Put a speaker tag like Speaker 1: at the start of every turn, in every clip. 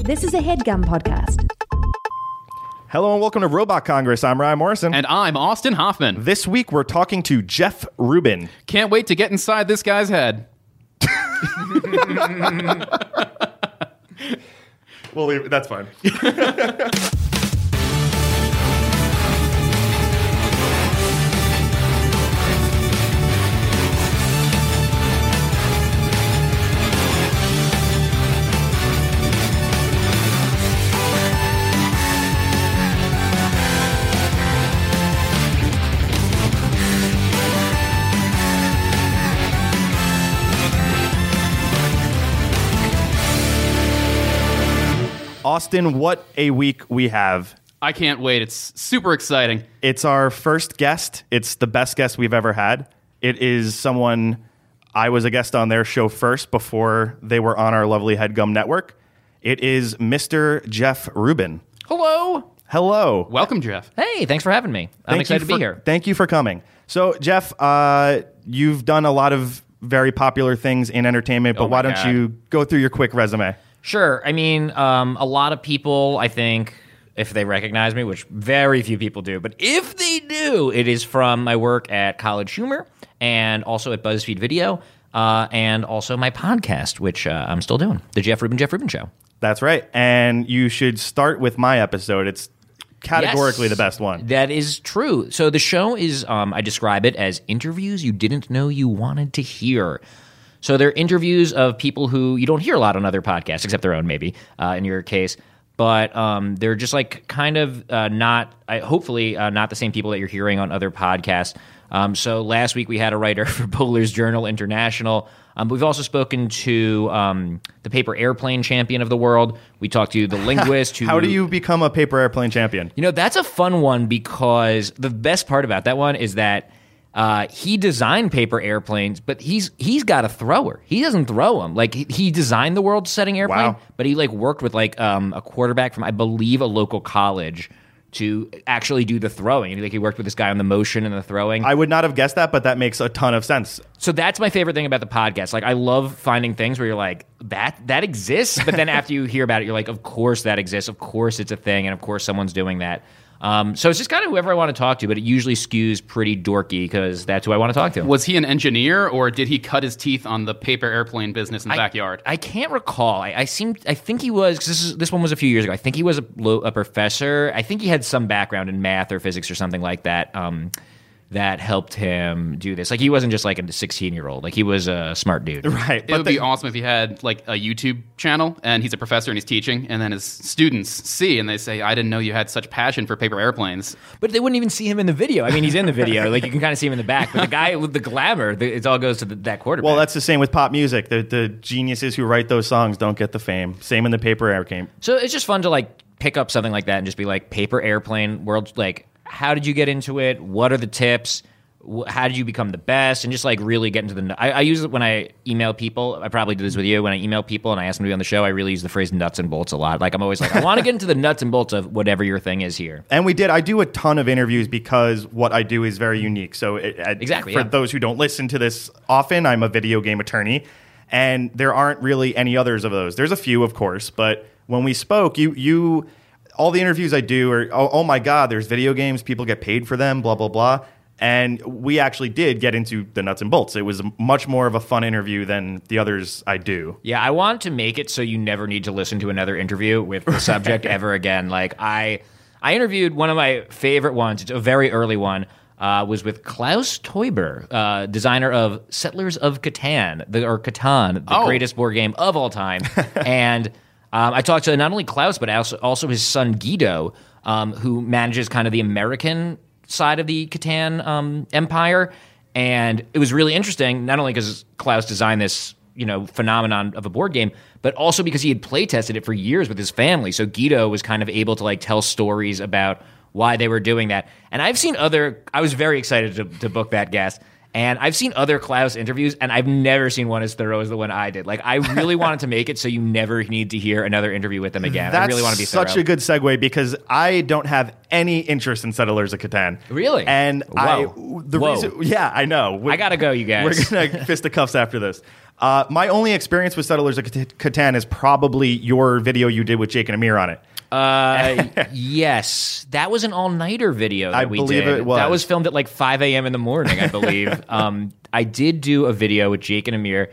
Speaker 1: This is a headgum podcast.
Speaker 2: Hello and welcome to Robot Congress. I'm Ryan Morrison.
Speaker 3: And I'm Austin Hoffman.
Speaker 2: this week we're talking to Jeff Rubin.
Speaker 3: Can't wait to get inside this guy's head.
Speaker 2: We'll leave, that's fine. Austin, what a week we have.
Speaker 3: I can't wait. It's super exciting.
Speaker 2: It's our first guest. It's the best guest we've ever had. It is someone I was a guest on their show first before they were on our lovely Headgum network. It is Mr. Jeff Rubin.
Speaker 4: Hello.
Speaker 2: Hello.
Speaker 3: Welcome, Jeff.
Speaker 4: Hey, thanks for having me. I'm
Speaker 2: Thank
Speaker 4: excited
Speaker 2: you
Speaker 4: to
Speaker 2: for,
Speaker 4: be here.
Speaker 2: Thank you for coming. So, Jeff, uh, you've done a lot of very popular things in entertainment, but
Speaker 3: Oh my
Speaker 2: why don't
Speaker 3: God.
Speaker 2: you go through your quick resume?
Speaker 4: Sure. I mean, um, a lot of people, I think, if they recognize me, which very few people do, but if they do, it is from my work at College Humor and also at BuzzFeed Video uh, and also my podcast, which uh, I'm still doing The Jeff Rubin, Jeff Rubin Show.
Speaker 2: That's right. And you should start with my episode. It's categorically
Speaker 4: Yes.
Speaker 2: the best one.
Speaker 4: That is true. So the show is, um, I describe it as interviews you didn't know you wanted to hear. So they're interviews of people who you don't hear a lot on other podcasts, except their own, maybe, uh, in your case. But um, they're just like kind of uh, not, I, hopefully, uh, not the same people that you're hearing on other podcasts. Um, so last week we had a writer for Bowler's Journal International. Um, but we've also spoken to um, the paper airplane champion of the world. We talked to the linguist who.
Speaker 2: How do you become a paper airplane champion?
Speaker 4: You know, that's a fun one because the best part about that one is that uh, he designed paper airplanes, but he's he's got a thrower. He doesn't throw them. Like he, he designed the world setting airplane,
Speaker 2: Wow.
Speaker 4: but he like worked with like um, a quarterback from I believe a local college to actually do the throwing. And, Like he worked with this guy on the motion and the throwing.
Speaker 2: I would not have guessed that, but that makes a ton of sense.
Speaker 4: So that's my favorite thing about the podcast. Like I love finding things where you're like that that exists, but then after you hear about it, you're like, of course that exists, of course it's a thing, and of course someone's doing that. Um, so it's just kind of whoever I want to talk to, but it usually skews pretty dorky because that's who I want to talk to.
Speaker 3: Was he an engineer or did he cut his teeth on the paper airplane business in the
Speaker 4: I-
Speaker 3: backyard?
Speaker 4: I can't recall. I, I seem. I think he was. Cause this is this one was a few years ago. I think he was a, lo- a professor. I think he had some background in math or physics or something like that. Um, that helped him do this. Like he wasn't just like a sixteen year old. Like he was a smart dude.
Speaker 2: Right.
Speaker 3: it would
Speaker 2: But the-
Speaker 3: be awesome if he had like a YouTube channel and he's a professor and he's teaching, and then his students see and they say, "I didn't know you had such passion for paper airplanes."
Speaker 4: But they wouldn't even see him in the video. I mean, he's in the video. Like you can kind of see him in the back. But the guy with the glamour, the, it all goes to the, that quarterback.
Speaker 2: well, that's the same with pop music. The, the geniuses who write those songs don't get the fame. Same in the paper airplane.
Speaker 4: so it's just fun to like pick up something like that and just be like paper airplane world. Like, how did you get into it? What are the tips? Wh- How did you become the best? And just like really get into the. nu- I, I use it when I email people. I probably do this with you. When I email people and I ask them to be on the show, I really use the phrase nuts and bolts a lot. Like I'm always like, I want to get into the nuts and bolts of whatever your thing is here.
Speaker 2: And we did. I do a ton of interviews because what I do is very unique. So it, I-
Speaker 4: Exactly,
Speaker 2: for
Speaker 4: yeah.
Speaker 2: those who don't listen to this often, I'm a video game attorney, and there aren't really any others of those. There's a few, of course, but when we spoke, you you all the interviews I do are oh, oh my god, there's video games, people get paid for them, blah blah blah. And we actually did get into the nuts and bolts. It was much more of a fun interview than the others I do.
Speaker 4: Yeah, I want to make it so you never need to listen to another interview with the subject ever again. Like I, I interviewed one of my favorite ones. It's a very early one. Uh, was with Klaus Teuber, uh, designer of Settlers of Catan, the, or Catan, the
Speaker 3: Oh.
Speaker 4: greatest board game of all time. and um, I talked to not only Klaus but also, also his son Guido, um, who manages kind of the American side of the Catan um, empire. And it was really interesting, not only because Klaus designed this you know phenomenon of a board game, but also because he had play tested it for years with his family. So Guido was kind of able to like tell stories about why they were doing that. And I've seen other. I was very excited to, to book that guest. And I've seen other Klaus interviews, and I've never seen one as thorough as the one I did. Like, I really wanted to make it so you never need to hear another interview with them again. I
Speaker 2: That's
Speaker 4: really want to be
Speaker 2: such
Speaker 4: thorough.
Speaker 2: a good segue because I don't have any interest in Settlers of Catan.
Speaker 4: Really?
Speaker 2: And I
Speaker 4: Whoa.
Speaker 2: the
Speaker 4: Whoa.
Speaker 2: reason yeah, I know. We-
Speaker 4: I gotta go, you guys.
Speaker 2: We're gonna fisticuffs after this. Uh, my only experience with Settlers of Cat- Catan is probably your video you did with Jake and Amir on it.
Speaker 4: Uh, yes, that was an all-nighter video. That
Speaker 2: I
Speaker 4: we
Speaker 2: believe
Speaker 4: did.
Speaker 2: it was.
Speaker 4: That was filmed at like 5 a.m. in the morning, I believe. um, I did do a video with Jake and Amir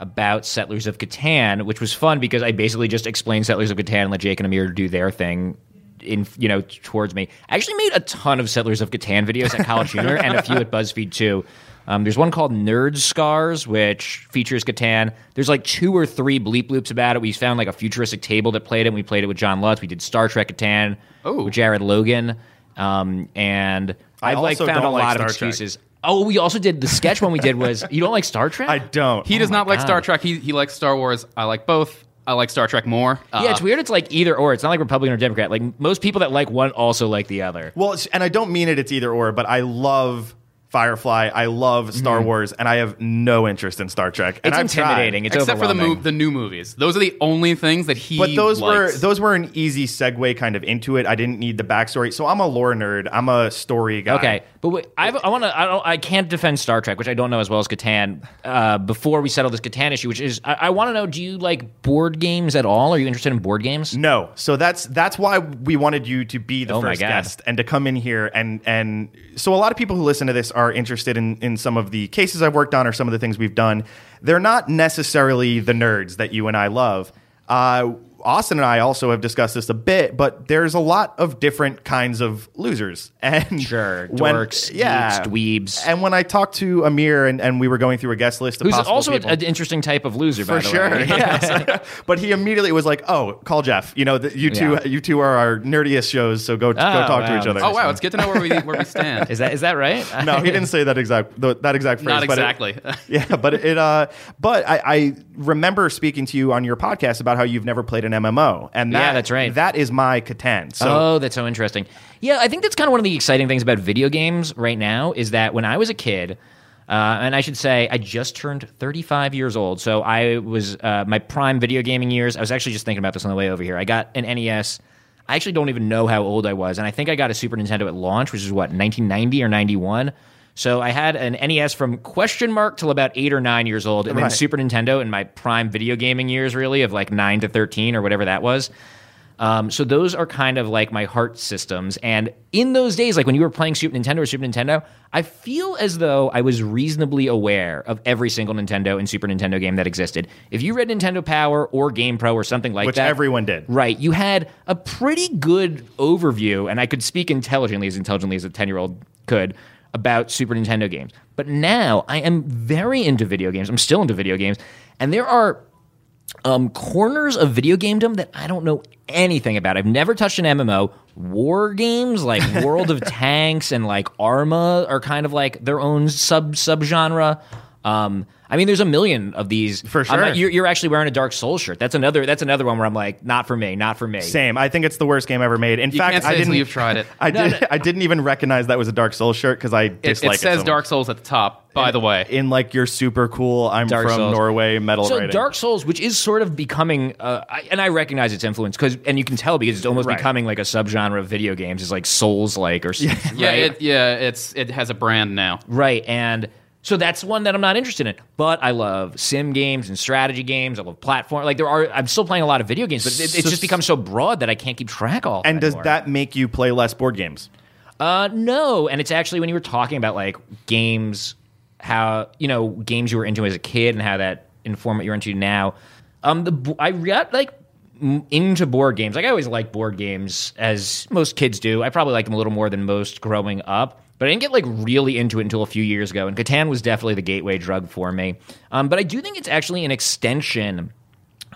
Speaker 4: about Settlers of Catan, which was fun because I basically just explained Settlers of Catan and let Jake and Amir do their thing. In you know towards me, I actually made a ton of Settlers of Catan videos at College Humor and a few at BuzzFeed too. Um, there's one called Nerd Scars, which features Catan. There's like two or three bleep loops about it. We found like a futuristic table that played it. And we played it with John Lutz. We did Star Trek Catan
Speaker 3: Oh.
Speaker 4: with Jared Logan, um, and
Speaker 2: I
Speaker 4: I've like
Speaker 2: also
Speaker 4: found a
Speaker 2: don't like
Speaker 4: lot of
Speaker 2: Star Trek.
Speaker 4: excuses. Oh, we also did the sketch one we did was you don't like Star Trek?
Speaker 2: I don't.
Speaker 3: He does not like
Speaker 4: Oh God.
Speaker 3: Star Trek. He, he likes Star Wars. I like both. I like Star Trek more. Uh,
Speaker 4: yeah, it's weird. It's like either or. It's not like Republican or Democrat. Like most people that like one also like the other.
Speaker 2: Well, it's- and I don't mean it. It's either or, but I love Firefly. I love Star Wars, and I have no interest in Star Trek. And
Speaker 4: Mm-hmm. It's
Speaker 2: I've tried.
Speaker 4: intimidating. It's
Speaker 3: Except for the
Speaker 4: overwhelming.
Speaker 3: move, the new movies. Those are the only things that he.
Speaker 2: But those
Speaker 3: likes.
Speaker 2: were those were an easy segue kind of into it. I didn't need the backstory. So I'm a lore nerd. I'm a story guy.
Speaker 4: Okay, but wait, I've, I want to. I, don't- I can't defend Star Trek, which I don't know as well as Catan. Uh, before we settle this Catan issue, which is, I, I want to know: Do you like board games at all? Are you interested in board games?
Speaker 2: No. So that's that's why we wanted you to be the
Speaker 4: Oh my
Speaker 2: first
Speaker 4: God.
Speaker 2: guest and to come in here and and so a lot of people who listen to this are interested in in some of the cases I've worked on or some of the things we've done. They're not necessarily the nerds that you and I love. Uh Austin and I also have discussed this a bit, but there's a lot of different kinds of losers. And
Speaker 4: Sure,
Speaker 2: when-
Speaker 4: dorks, geeks, dweebs.
Speaker 2: And when I talked to Amir and, and we were going through a guest list of
Speaker 4: Who's
Speaker 2: possible
Speaker 4: also a-
Speaker 2: people,
Speaker 4: an interesting type of loser, by
Speaker 2: for
Speaker 4: the
Speaker 2: sure.
Speaker 4: way.
Speaker 2: yes. but he immediately was like, "Oh, call Jeff. You know, the, you two,
Speaker 4: Yeah.
Speaker 2: you two are our nerdiest shows. So go, go
Speaker 4: Oh,
Speaker 2: talk to
Speaker 4: wow.
Speaker 2: each other."
Speaker 3: Oh wow, it's good to know where we where we stand.
Speaker 4: Is that is that right?
Speaker 2: no, he didn't say that exact th- that exact phrase.
Speaker 3: Not
Speaker 2: but it-
Speaker 3: exactly.
Speaker 2: yeah, but it. Uh, but I, I remember speaking to you on your podcast about how you've never played an MMO, and that,
Speaker 4: Yeah, that's right.
Speaker 2: That is my Catan. So
Speaker 4: oh, that's so interesting. Yeah, I think that's kind of one of the exciting things about video games right now is that when I was a kid, uh, and I should say I just turned 35 years old, so I was uh, my prime video gaming years. I was actually just thinking about this on the way over here. I got an NES. I actually don't even know how old I was, and I think I got a Super Nintendo at launch, which is what 1990 or 91. So I had an NES from question mark till about eight or nine years old, and then
Speaker 2: Right.
Speaker 4: Super Nintendo in my prime video gaming years, really of like nine to 13 or whatever that was. Um, so those are kind of like my heart systems. And in those days, like when you were playing Super Nintendo or Super Nintendo, I feel as though I was reasonably aware of every single Nintendo and Super Nintendo game that existed. If you read Nintendo Power or Game Pro or something like
Speaker 2: Which
Speaker 4: that,
Speaker 2: everyone did.
Speaker 4: right? You had a pretty good overview, and I could speak intelligently, as intelligently as a ten-year-old could. About Super Nintendo games. But now I am very into video games. I'm still into video games. And there are um, corners of video gamedom that I don't know anything about. I've never touched an MMO. War games like World of Tanks and like Arma are kind of like their own sub subgenre. Um, I mean, there's a million of these.
Speaker 2: For
Speaker 4: I'm not-
Speaker 2: sure.
Speaker 4: you're, you're actually wearing a Dark Souls shirt. That's another. That's another one where I'm like, not for me, not for me.
Speaker 2: same. I think it's the worst game ever made. In
Speaker 3: You
Speaker 2: fact,
Speaker 3: can't say
Speaker 2: I
Speaker 3: it's
Speaker 2: didn't.
Speaker 3: you've tried it.
Speaker 2: I did. I didn't even recognize that was a Dark Souls shirt because I
Speaker 3: It,
Speaker 2: dislike
Speaker 3: it
Speaker 2: it.
Speaker 3: says
Speaker 2: so much.
Speaker 3: Dark Souls at the top. By the way,
Speaker 2: in like your super cool. I'm
Speaker 4: Dark
Speaker 2: from
Speaker 4: Souls.
Speaker 2: Norway. Metal
Speaker 4: So
Speaker 2: writing.
Speaker 4: Dark Souls, which is sort of becoming, uh, I, and I recognize its influence because, and you can tell because it's almost
Speaker 2: Right.
Speaker 4: becoming like a subgenre of video games. It's like Souls like or something.
Speaker 3: yeah,
Speaker 4: right?
Speaker 3: it, yeah, it's it has a brand now.
Speaker 4: Right. And so that's one that I'm not interested in. But I love sim games and strategy games. I love platform. Like there are, I'm still playing a lot of video games, but it, it's just become so broad that I can't keep track all. of
Speaker 2: And
Speaker 4: it
Speaker 2: does
Speaker 4: anymore.
Speaker 2: that make you play less board games?
Speaker 4: Uh, no. And it's actually when you were talking about like games, how you know games you were into as a kid and how that inform what you're into now. Um, the bo- I got like m- into board games. Like I always liked board games, as most kids do. I probably liked them a little more than most growing up. But I didn't get like really into it until a few years ago, and Catan was definitely the gateway drug for me. Um, but I do think it's actually an extension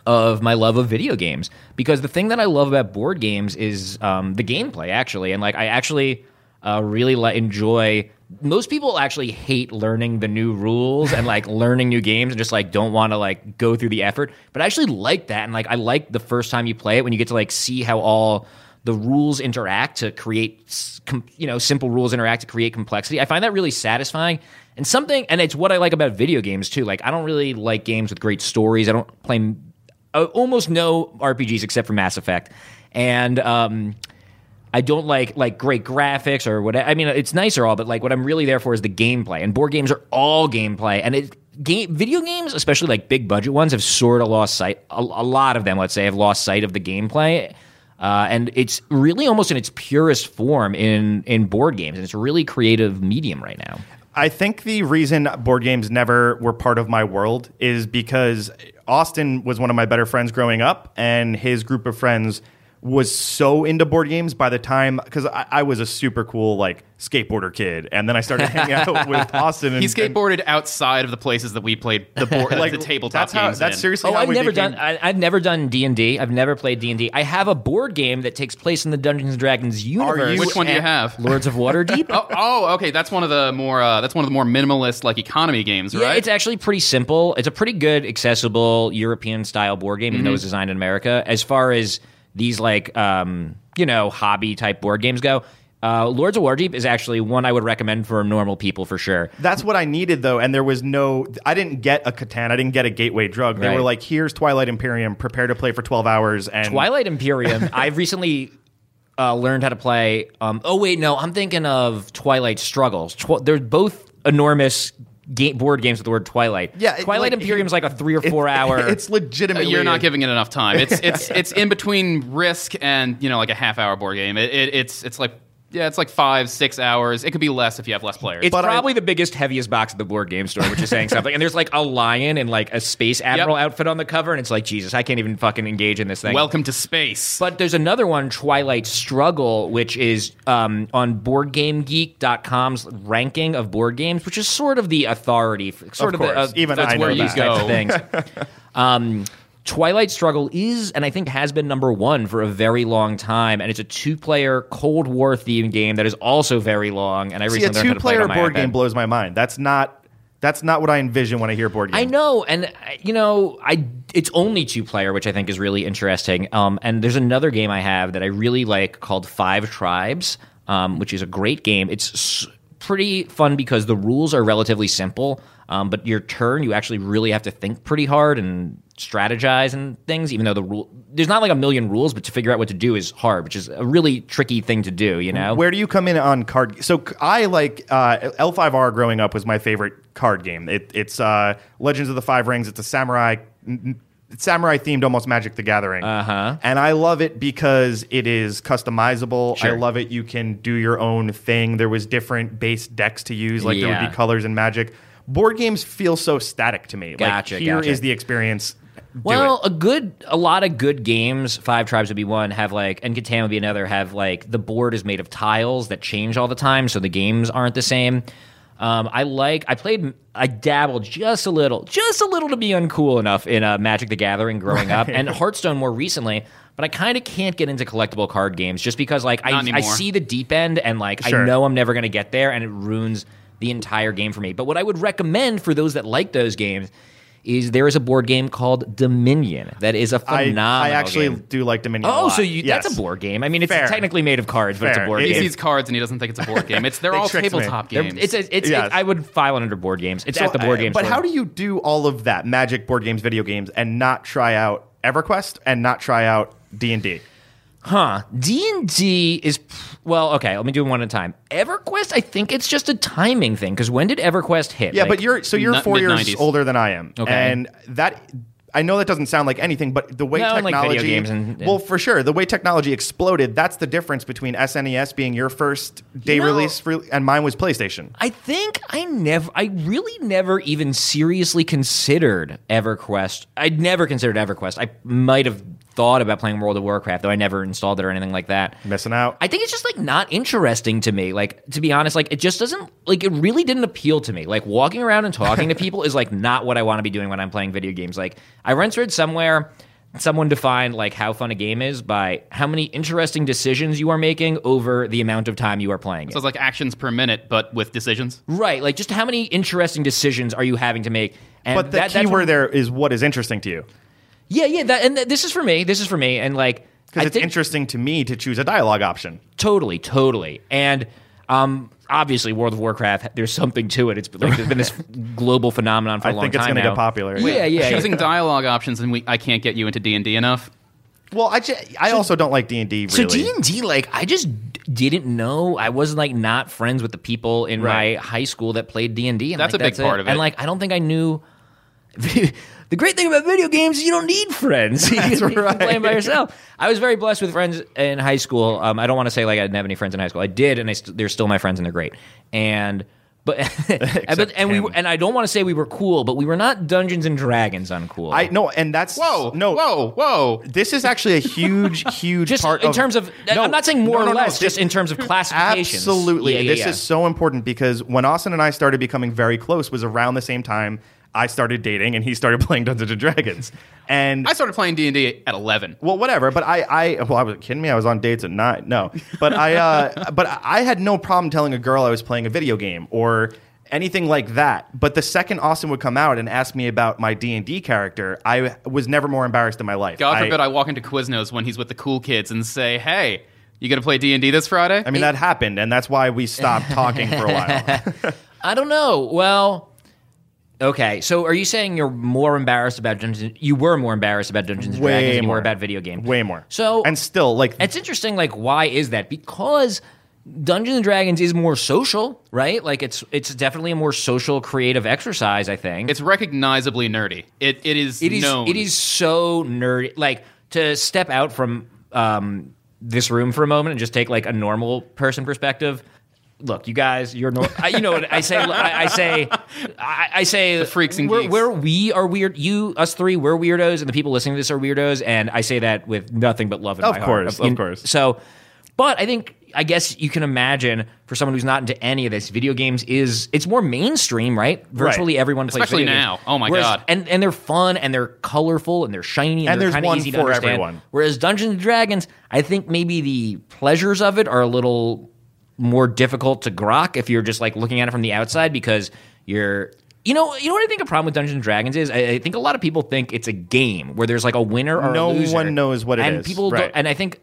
Speaker 4: of my love of video games because the thing that I love about board games is um, the gameplay actually, and like I actually uh, really li- enjoy. Most people actually hate learning the new rules and like learning new games and just like don't want to like go through the effort. But I actually like that and like I like the first time you play it when you get to like see how all the rules interact to create s- com- you know simple rules interact to create complexity i find that really satisfying and something and it's what i like about video games too like i don't really like games with great stories i don't play m- uh, almost no rpgs except for mass effect and um I don't like like great graphics or what. I mean, it's nice or all, but like what I'm really there for is the gameplay. And board games are all gameplay, and it game video games, especially like big budget ones, have sort of lost sight. A, a lot of them, let's say, have lost sight of the gameplay. Uh, and it's really almost in its purest form in in board games, and it's a really creative medium right now.
Speaker 2: I think the reason board games never were part of my world is because Austin was one of my better friends growing up, and his group of friends was so into board games by the time because I, I was a super cool like skateboarder kid, and then I started hanging out with Austin. And,
Speaker 3: He
Speaker 2: and-
Speaker 3: skateboarded outside of the places that we played the board, like the tabletop
Speaker 2: that's how,
Speaker 3: games.
Speaker 2: That's
Speaker 3: in.
Speaker 2: seriously
Speaker 4: Oh,
Speaker 2: how
Speaker 4: I've
Speaker 2: we
Speaker 4: never
Speaker 2: became-
Speaker 4: done. I, I've never done D and D. I've never played D and D. I have a board game that takes place in the Dungeons and Dragons universe.
Speaker 2: you-
Speaker 3: Which one do you
Speaker 4: and-
Speaker 3: have?
Speaker 4: Lords of Waterdeep.
Speaker 3: oh, oh, okay. That's one of the more uh, that's one of the more minimalist like economy games,
Speaker 4: Yeah,
Speaker 3: right?
Speaker 4: it's actually pretty simple. It's a pretty good, accessible European style board game, even
Speaker 2: Mm-hmm.
Speaker 4: though it was designed in America. As far as these like um, you know hobby type board games go, uh, Lords of Waterdeep is actually one I would recommend for normal people for sure.
Speaker 2: That's what I needed though, and there was no. I didn't get a Catan. I didn't get a Gateway drug. They
Speaker 4: Right.
Speaker 2: were like, "Here's Twilight Imperium. Prepare to play for twelve hours." And
Speaker 4: Twilight Imperium. I've recently uh, learned how to play. Um, oh wait, no, I'm thinking of Twilight Struggles. Tw- they're both enormous ga- board games with the word Twilight.
Speaker 2: Yeah, it-
Speaker 4: Twilight
Speaker 2: like,
Speaker 4: Imperium's like a three or four hour.
Speaker 2: It's
Speaker 3: Uh,
Speaker 2: legitimately.
Speaker 3: You're not giving it enough time. It's it's it's in between Risk and you know like a half hour board game. It, it, it's it's like yeah, it's like five six hours. It could be less if you have less players.
Speaker 4: It's
Speaker 2: But I-
Speaker 4: probably the biggest, heaviest box at the board game store, which is saying something. And there's like a lion and like a space admiral outfit on the cover, and it's like Jesus, I can't even fucking engage in this thing.
Speaker 3: Welcome to space.
Speaker 4: But there's another one, Twilight Struggle, which is um, on BoardGameGeek.com's ranking of board games, which is sort of the authority, f- sort
Speaker 2: Of
Speaker 4: of,
Speaker 2: course.
Speaker 4: the uh,
Speaker 2: Even
Speaker 4: that's
Speaker 2: I
Speaker 4: where
Speaker 2: know
Speaker 4: you
Speaker 2: that.
Speaker 4: go.
Speaker 3: Go.
Speaker 4: Things. um, Twilight Struggle is, and I think has been number one for a very long time, and it's a two-player Cold War themed game that is also very long. And I
Speaker 2: See, a
Speaker 4: recently learned how to play it
Speaker 2: two-player
Speaker 4: on my
Speaker 2: board game
Speaker 4: iPad.
Speaker 2: blows my mind. That's not. That's not what I envision when I hear board game.
Speaker 4: I know, and uh, you know, I it's only two player, which I think is really interesting. Um, and there's another game I have that I really like called Five Tribes, um, which is a great game. It's s- pretty fun because the rules are relatively simple, um, but your turn you actually really have to think pretty hard and strategize and things. Even though the rule there's not like a million rules, but to figure out what to do is hard, which is a really tricky thing to do. You know,
Speaker 2: Where do you come in on card? So c- I like uh, L5R. Growing up was my favorite card game. It, it's uh, Legends of the Five Rings. It's a samurai, samurai themed, almost Magic the Gathering. Uh huh.
Speaker 4: Uh-huh.
Speaker 2: And I love it because it is customizable. I love it. You can do your own thing. There was different base decks to use. Like there would
Speaker 4: Yeah.
Speaker 2: be colors and Magic. Board games feel so static to me.
Speaker 4: Gotcha,
Speaker 2: Like here is
Speaker 4: gotcha.
Speaker 2: the experience. Do
Speaker 4: Well,
Speaker 2: it.
Speaker 4: a good, a lot of good games. Five Tribes would be one. Have like, and Catan would be another. Have like, the board is made of tiles that change all the time, so the games aren't the same. Um, I like. I played. I dabbled just a little, just a little to be uncool enough in uh, Magic the Gathering growing up, and Hearthstone more recently. But I kind of can't get into collectible card games just because, like, I,
Speaker 3: Not
Speaker 4: I
Speaker 3: anymore.
Speaker 4: see the deep end, and like, I
Speaker 2: Sure.
Speaker 4: know I'm never going to get there, and it ruins the entire game for me. But what I would recommend for those that like those games is there is a board game called Dominion that is a
Speaker 2: I,
Speaker 4: phenomenal.
Speaker 2: I actually
Speaker 4: game.
Speaker 2: do like Dominion. a
Speaker 4: Oh,
Speaker 2: lot.
Speaker 4: so you, that's
Speaker 2: Yes.
Speaker 4: a board game. I mean, it's
Speaker 2: Fair.
Speaker 4: technically made of cards, but it's a
Speaker 2: Fair.
Speaker 4: board
Speaker 2: It
Speaker 3: he
Speaker 4: game.
Speaker 3: sees cards and he doesn't think it's a board game. It's they're
Speaker 2: They
Speaker 3: all
Speaker 2: tricked me.
Speaker 3: tabletop
Speaker 4: They're-
Speaker 3: games.
Speaker 4: It's, a, it's,
Speaker 2: Yes.
Speaker 4: it- I would file it under board games. It's
Speaker 2: So,
Speaker 4: at the board
Speaker 2: uh,
Speaker 4: games.
Speaker 2: But
Speaker 4: store.
Speaker 2: how do you do all of that magic board games, video games, and not try out EverQuest and not try out D and D?
Speaker 4: Huh. D&D is well, okay, let me do one at a time. EverQuest, I think it's just a timing thing cuz when did EverQuest hit?
Speaker 2: Yeah,
Speaker 4: Like,
Speaker 2: but you're so you're
Speaker 3: Not-
Speaker 2: four years
Speaker 3: mid-nineties.
Speaker 2: older than I am,
Speaker 4: Okay.
Speaker 2: and that. I know that doesn't sound like anything, but the way
Speaker 4: No, and like
Speaker 2: technology,
Speaker 4: video games and-
Speaker 2: well, for sure, the way technology exploded, that's the difference between SNES being your first day
Speaker 4: You know-
Speaker 2: release re- and mine was PlayStation.
Speaker 4: I think I never, I really never even seriously considered EverQuest. I'd never considered EverQuest. I might have thought about playing World of Warcraft, though I never installed it or anything like that.
Speaker 2: Missing out.
Speaker 4: I think it's just like not interesting to me. Like to be honest, like it just doesn't like it really didn't appeal to me. Like walking around and talking to people is like not what I want to be doing when I'm playing video games. Like I once read somewhere someone defined like how fun a game is by how many interesting decisions you are making over the amount of time you are playing it.
Speaker 3: so it's like actions per minute, but with decisions.
Speaker 4: Right, like just how many interesting decisions are you having to make? And
Speaker 2: but the
Speaker 4: that-
Speaker 2: key
Speaker 4: that's
Speaker 2: word
Speaker 4: what-
Speaker 2: there is what is interesting to you,
Speaker 4: yeah, yeah, that, and th- this is for me. This is for me, and like I
Speaker 2: because it's
Speaker 4: think
Speaker 2: interesting to me to choose a dialogue option.
Speaker 4: totally, totally, and um, obviously, World of Warcraft. There's something to it. It's like there's been this global phenomenon for a
Speaker 2: I
Speaker 4: long
Speaker 2: think it's
Speaker 4: time
Speaker 2: going to
Speaker 4: now.
Speaker 2: get popular.
Speaker 4: Yeah, yeah, yeah.
Speaker 3: Choosing dialogue options, and we I can't get you into D and D enough.
Speaker 2: Well, I, ju- I also don't like D and D.
Speaker 4: So D and D, like I just didn't know. I wasn't like not friends with the people in
Speaker 2: Right.
Speaker 4: my high school that played D and D.
Speaker 3: That's a big part of it.
Speaker 4: And like I don't think I knew. the great thing about video games is you don't need friends. you can
Speaker 2: right.
Speaker 4: play 'em by yourself. I was very blessed with friends in high school. Um, I don't want to say like I didn't have any friends in high school. I did, and I st- they're still my friends, and they're great. And but, but and we
Speaker 2: him.
Speaker 4: were- and I don't want to say we were cool, but we were not Dungeons and Dragons uncool.
Speaker 2: I no, and that's
Speaker 3: Whoa,
Speaker 2: no,
Speaker 3: whoa, whoa.
Speaker 2: This is actually a huge, huge
Speaker 4: just
Speaker 2: part
Speaker 4: in
Speaker 2: of,
Speaker 4: terms of
Speaker 2: No,
Speaker 4: I'm not saying more
Speaker 2: no, no,
Speaker 4: or
Speaker 2: no,
Speaker 4: less,
Speaker 2: this-
Speaker 4: just in terms of classifications.
Speaker 2: Absolutely.
Speaker 4: Yeah, yeah,
Speaker 2: this
Speaker 4: yeah.
Speaker 2: is so important because when Austin and I started becoming very close was around the same time I started dating and he started playing Dungeons and Dragons. And
Speaker 3: I started playing D and D at eleven.
Speaker 2: well, whatever. But I, I, well, I was kidding me. I was on dates at nine. No, but I, uh, but I had no problem telling a girl I was playing a video game or anything like that. But the second Austin would come out and ask me about my D and D character, I was never more embarrassed in my life.
Speaker 3: God forbid I, walk into Quiznos when he's with the cool kids and say, "Hey, you gonna play D and D this Friday?"
Speaker 2: I mean, that happened, and that's why we stopped talking for a while.
Speaker 4: I don't know. Well, okay. So are you saying you're more embarrassed about Dungeons? You were more embarrassed about Dungeons and
Speaker 2: Way
Speaker 4: Dragons than you
Speaker 2: more.
Speaker 4: were about video games.
Speaker 2: Way more.
Speaker 4: So
Speaker 2: and still, like,
Speaker 4: it's interesting. Like, why is that? Because Dungeons and Dragons is more social, right? Like, it's it's definitely a more social, creative exercise. I think
Speaker 3: it's recognizably nerdy. It it is
Speaker 4: it is
Speaker 3: known.
Speaker 4: it is so nerdy like to step out from um, this room for a moment and just take like a normal person perspective look you guys you're nor- I, you know what i say i, I say I, I say the
Speaker 3: freaks and
Speaker 4: we're,
Speaker 3: geeks.
Speaker 4: we're we are weird you us three we're weirdos and the people listening to this are weirdos and i say that with nothing but love in
Speaker 2: Of
Speaker 4: my heart.
Speaker 2: course,
Speaker 4: You-
Speaker 2: of course.
Speaker 4: so but i think i guess you can imagine for someone who's not into any of this video games is it's more mainstame right virtually everyone plays
Speaker 3: Especially
Speaker 4: video games.
Speaker 3: now. Oh my
Speaker 4: Whereas-
Speaker 3: God.
Speaker 4: and and they're fun and they're colorful and they're shiny and,
Speaker 2: And
Speaker 4: they're
Speaker 2: there's
Speaker 4: kind of
Speaker 2: one
Speaker 4: easy to
Speaker 2: for
Speaker 4: understand.
Speaker 2: everyone.
Speaker 4: Whereas Dungeons and Dragons, I think maybe the pleasures of it are a little more difficult to grok if you're just like looking at it from the outside because you're you know you know what I think a problem with Dungeons and Dragons is I, I think a lot of people think it's a game where there's like a winner or a
Speaker 2: No
Speaker 4: loser.
Speaker 2: one knows what it
Speaker 4: and
Speaker 2: is,
Speaker 4: people don't-
Speaker 2: right.
Speaker 4: and I think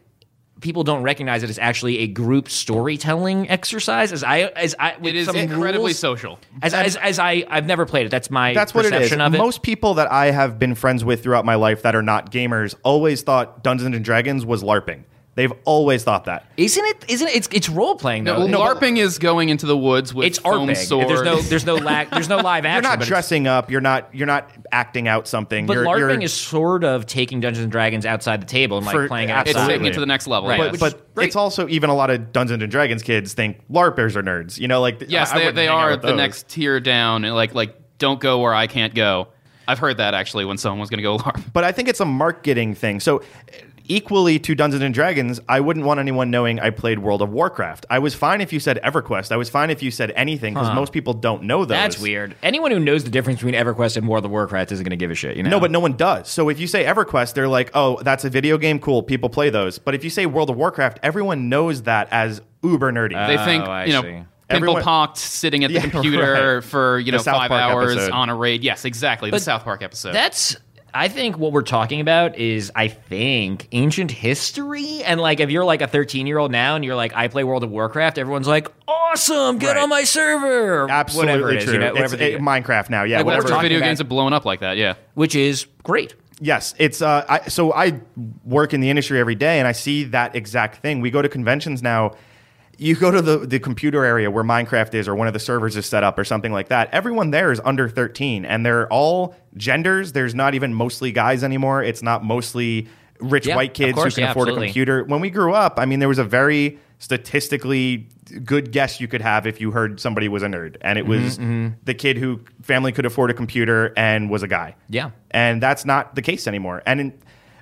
Speaker 4: people don't recognize it as actually a group storytelling exercise as I as I with
Speaker 3: It is
Speaker 4: some
Speaker 3: incredibly
Speaker 4: rules.
Speaker 3: social.
Speaker 4: As, as, as I, I've never played it. That's my
Speaker 2: that's what it is.
Speaker 4: perception of it.
Speaker 2: Most people that I have been friends with throughout my life that are not gamers always thought Dungeons and Dragons was LARPing. They've always thought that.
Speaker 4: Isn't it? Isn't it? It's, it's role playing though.
Speaker 3: No, LARPing is going into the woods with
Speaker 4: it's
Speaker 3: foam
Speaker 4: arping.
Speaker 3: swords.
Speaker 4: There's no there's no lack there's no live
Speaker 2: You're
Speaker 4: action.
Speaker 2: not
Speaker 4: but it's-
Speaker 2: dressing up. You're not. You're not acting out something.
Speaker 4: But
Speaker 2: you're,
Speaker 4: LARPing
Speaker 2: you're-
Speaker 4: is sort of taking Dungeons and Dragons outside the table and like
Speaker 2: For-
Speaker 4: playing
Speaker 3: it's
Speaker 4: outside.
Speaker 3: taking it to the next level.
Speaker 4: Right.
Speaker 3: yes.
Speaker 2: But, but
Speaker 4: great.
Speaker 2: it's also even a lot of Dungeons and Dragons kids think LARPers are nerds. You know, like th-
Speaker 3: yes,
Speaker 2: I- I
Speaker 3: they,
Speaker 2: wouldn't
Speaker 3: they
Speaker 2: hang out
Speaker 3: are
Speaker 2: with
Speaker 3: the
Speaker 2: those.
Speaker 3: next tier down. And like like don't go where I can't go. I've heard that actually when someone was going to go LARP.
Speaker 2: But I think it's a marketing thing. So. eh, Equally to Dungeons and Dragons, I wouldn't want anyone knowing I played World of Warcraft. I was fine if you said EverQuest. I was fine if you said anything because most people don't know those.
Speaker 4: That's weird. Anyone who knows the difference between EverQuest and World of Warcraft isn't going to give a shit. You know.
Speaker 2: No, but no one does. So if you say EverQuest, they're like, oh, that's a video game. Cool. People play those. But if you say World of Warcraft, everyone knows that as uber nerdy.
Speaker 3: They think
Speaker 4: I
Speaker 3: you know.
Speaker 4: see.
Speaker 3: Pimple
Speaker 2: Oh, Everyone-
Speaker 3: pocked sitting at the
Speaker 2: Yeah,
Speaker 3: computer
Speaker 2: right.
Speaker 3: for you know
Speaker 2: The South
Speaker 3: five
Speaker 2: Park
Speaker 3: hours
Speaker 2: episode.
Speaker 3: on a raid. Yes, exactly. the South Park episode.
Speaker 4: That's. I think what we're talking about is, I think, ancient history. And like, if you're like a 13 year old now and you're like, I play World of Warcraft, everyone's like, awesome, get
Speaker 2: Right.
Speaker 4: on my server. or
Speaker 2: Absolutely
Speaker 4: whatever it is,
Speaker 2: true.
Speaker 4: you know,
Speaker 2: It's-
Speaker 4: whatever the-
Speaker 2: it- Minecraft now. Yeah,
Speaker 4: Like,
Speaker 3: Well,
Speaker 2: whatever.
Speaker 4: we're talking
Speaker 3: video
Speaker 4: about-
Speaker 3: games have blown up like that. Yeah.
Speaker 4: which is great.
Speaker 2: Yes, it's uh, I, so I work in the industry every day, and I see that exact thing. We go to conventions now. You go to the, the computer area where Minecraft is, or one of the servers is set up, or something like that. Everyone there is under 13, and they're all genders. There's not even mostly guys anymore. It's not mostly rich
Speaker 4: Yeah,
Speaker 2: white
Speaker 4: of
Speaker 2: kids
Speaker 4: course,
Speaker 2: who can
Speaker 4: yeah,
Speaker 2: afford
Speaker 4: absolutely.
Speaker 2: a computer. When we grew up, I mean, there was a very statistically good guess you could have if you heard somebody was a nerd, and it
Speaker 4: Mm-hmm,
Speaker 2: was the kid who family could afford a computer and was a guy.
Speaker 4: Yeah.
Speaker 2: And that's not the case anymore. And in,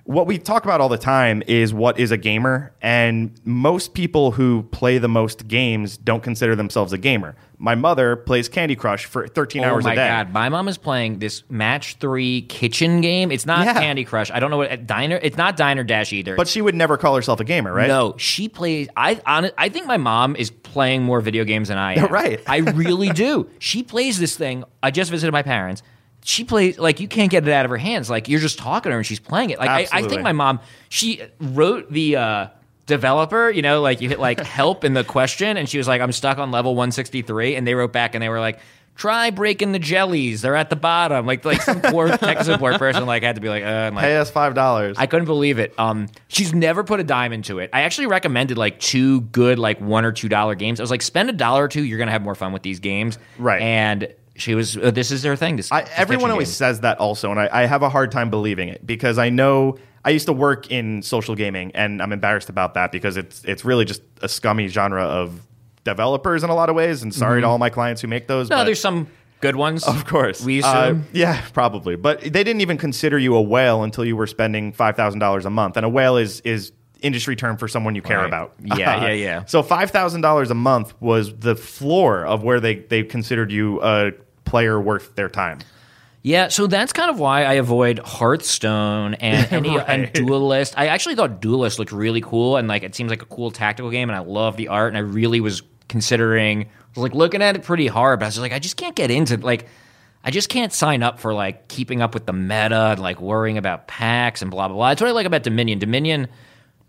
Speaker 2: what we talk about all the time is what is a gamer. And most people who play the most games don't consider themselves a gamer. My mother plays Candy Crush for 13
Speaker 4: oh
Speaker 2: hours
Speaker 4: my
Speaker 2: a day.
Speaker 4: god, my mom is playing this match three kitchen game. It's not
Speaker 2: Yeah.
Speaker 4: Candy Crush. I don't know what diner. It's not Diner Dash either.
Speaker 2: But she would never call herself a gamer, right?
Speaker 4: no, she plays. I on, I think my mom is playing more video games than I am.
Speaker 2: Right.
Speaker 4: I really do. She plays this thing. I just visited my parents. She plays like you can't get it out of her hands. Like you're just talking to her and she's playing it. Like I, I
Speaker 2: Absolutely.
Speaker 4: think my mom. She wrote the. uh Developer, you know, like you hit like help in the question, and she was like, "I'm stuck on level 163," and they wrote back and they were like, try breaking the jellies. They're at the bottom. Like like some poor tech support person like had to be like, uh, and, like
Speaker 2: Pay us five dollars.
Speaker 4: I couldn't believe it. Um, she's never put a dime into it. I actually recommended like two good like one or two dollar games. I was like, spend a dollar or two, you're gonna have more fun with these games.
Speaker 2: Right.
Speaker 4: And she was. Uh, this is their thing. This.
Speaker 2: I,
Speaker 4: this
Speaker 2: everyone
Speaker 4: kitchen
Speaker 2: always
Speaker 4: game.
Speaker 2: says that also, and I, I have a hard time believing it because I know I used to work in social gaming, and I'm embarrassed about that because it's it's really just a scummy genre of developers in a lot of ways. And sorry to all my clients who make those.
Speaker 4: Mm-hmm. No,
Speaker 2: but
Speaker 4: there's some good ones.
Speaker 2: of course
Speaker 4: We assume.
Speaker 2: Uh, yeah, probably. But they didn't even consider you a whale until you were spending five thousand dollars a month, and a whale is is industry term for someone you care
Speaker 4: Right.
Speaker 2: about.
Speaker 4: Yeah, yeah, yeah.
Speaker 2: So five thousand dollars a month was the floor of where they they considered you a player worth their time.
Speaker 4: Yeah, so that's kind of why I avoid Hearthstone and any and Duelist. I actually thought Duelist looked really cool and like it seems like a cool tactical game and I love the art and I really was considering I was like looking at it pretty hard, but I was just like I just can't get into like I just can't sign up for like keeping up with the meta and like worrying about packs and blah blah blah. That's what I like about Dominion. Dominion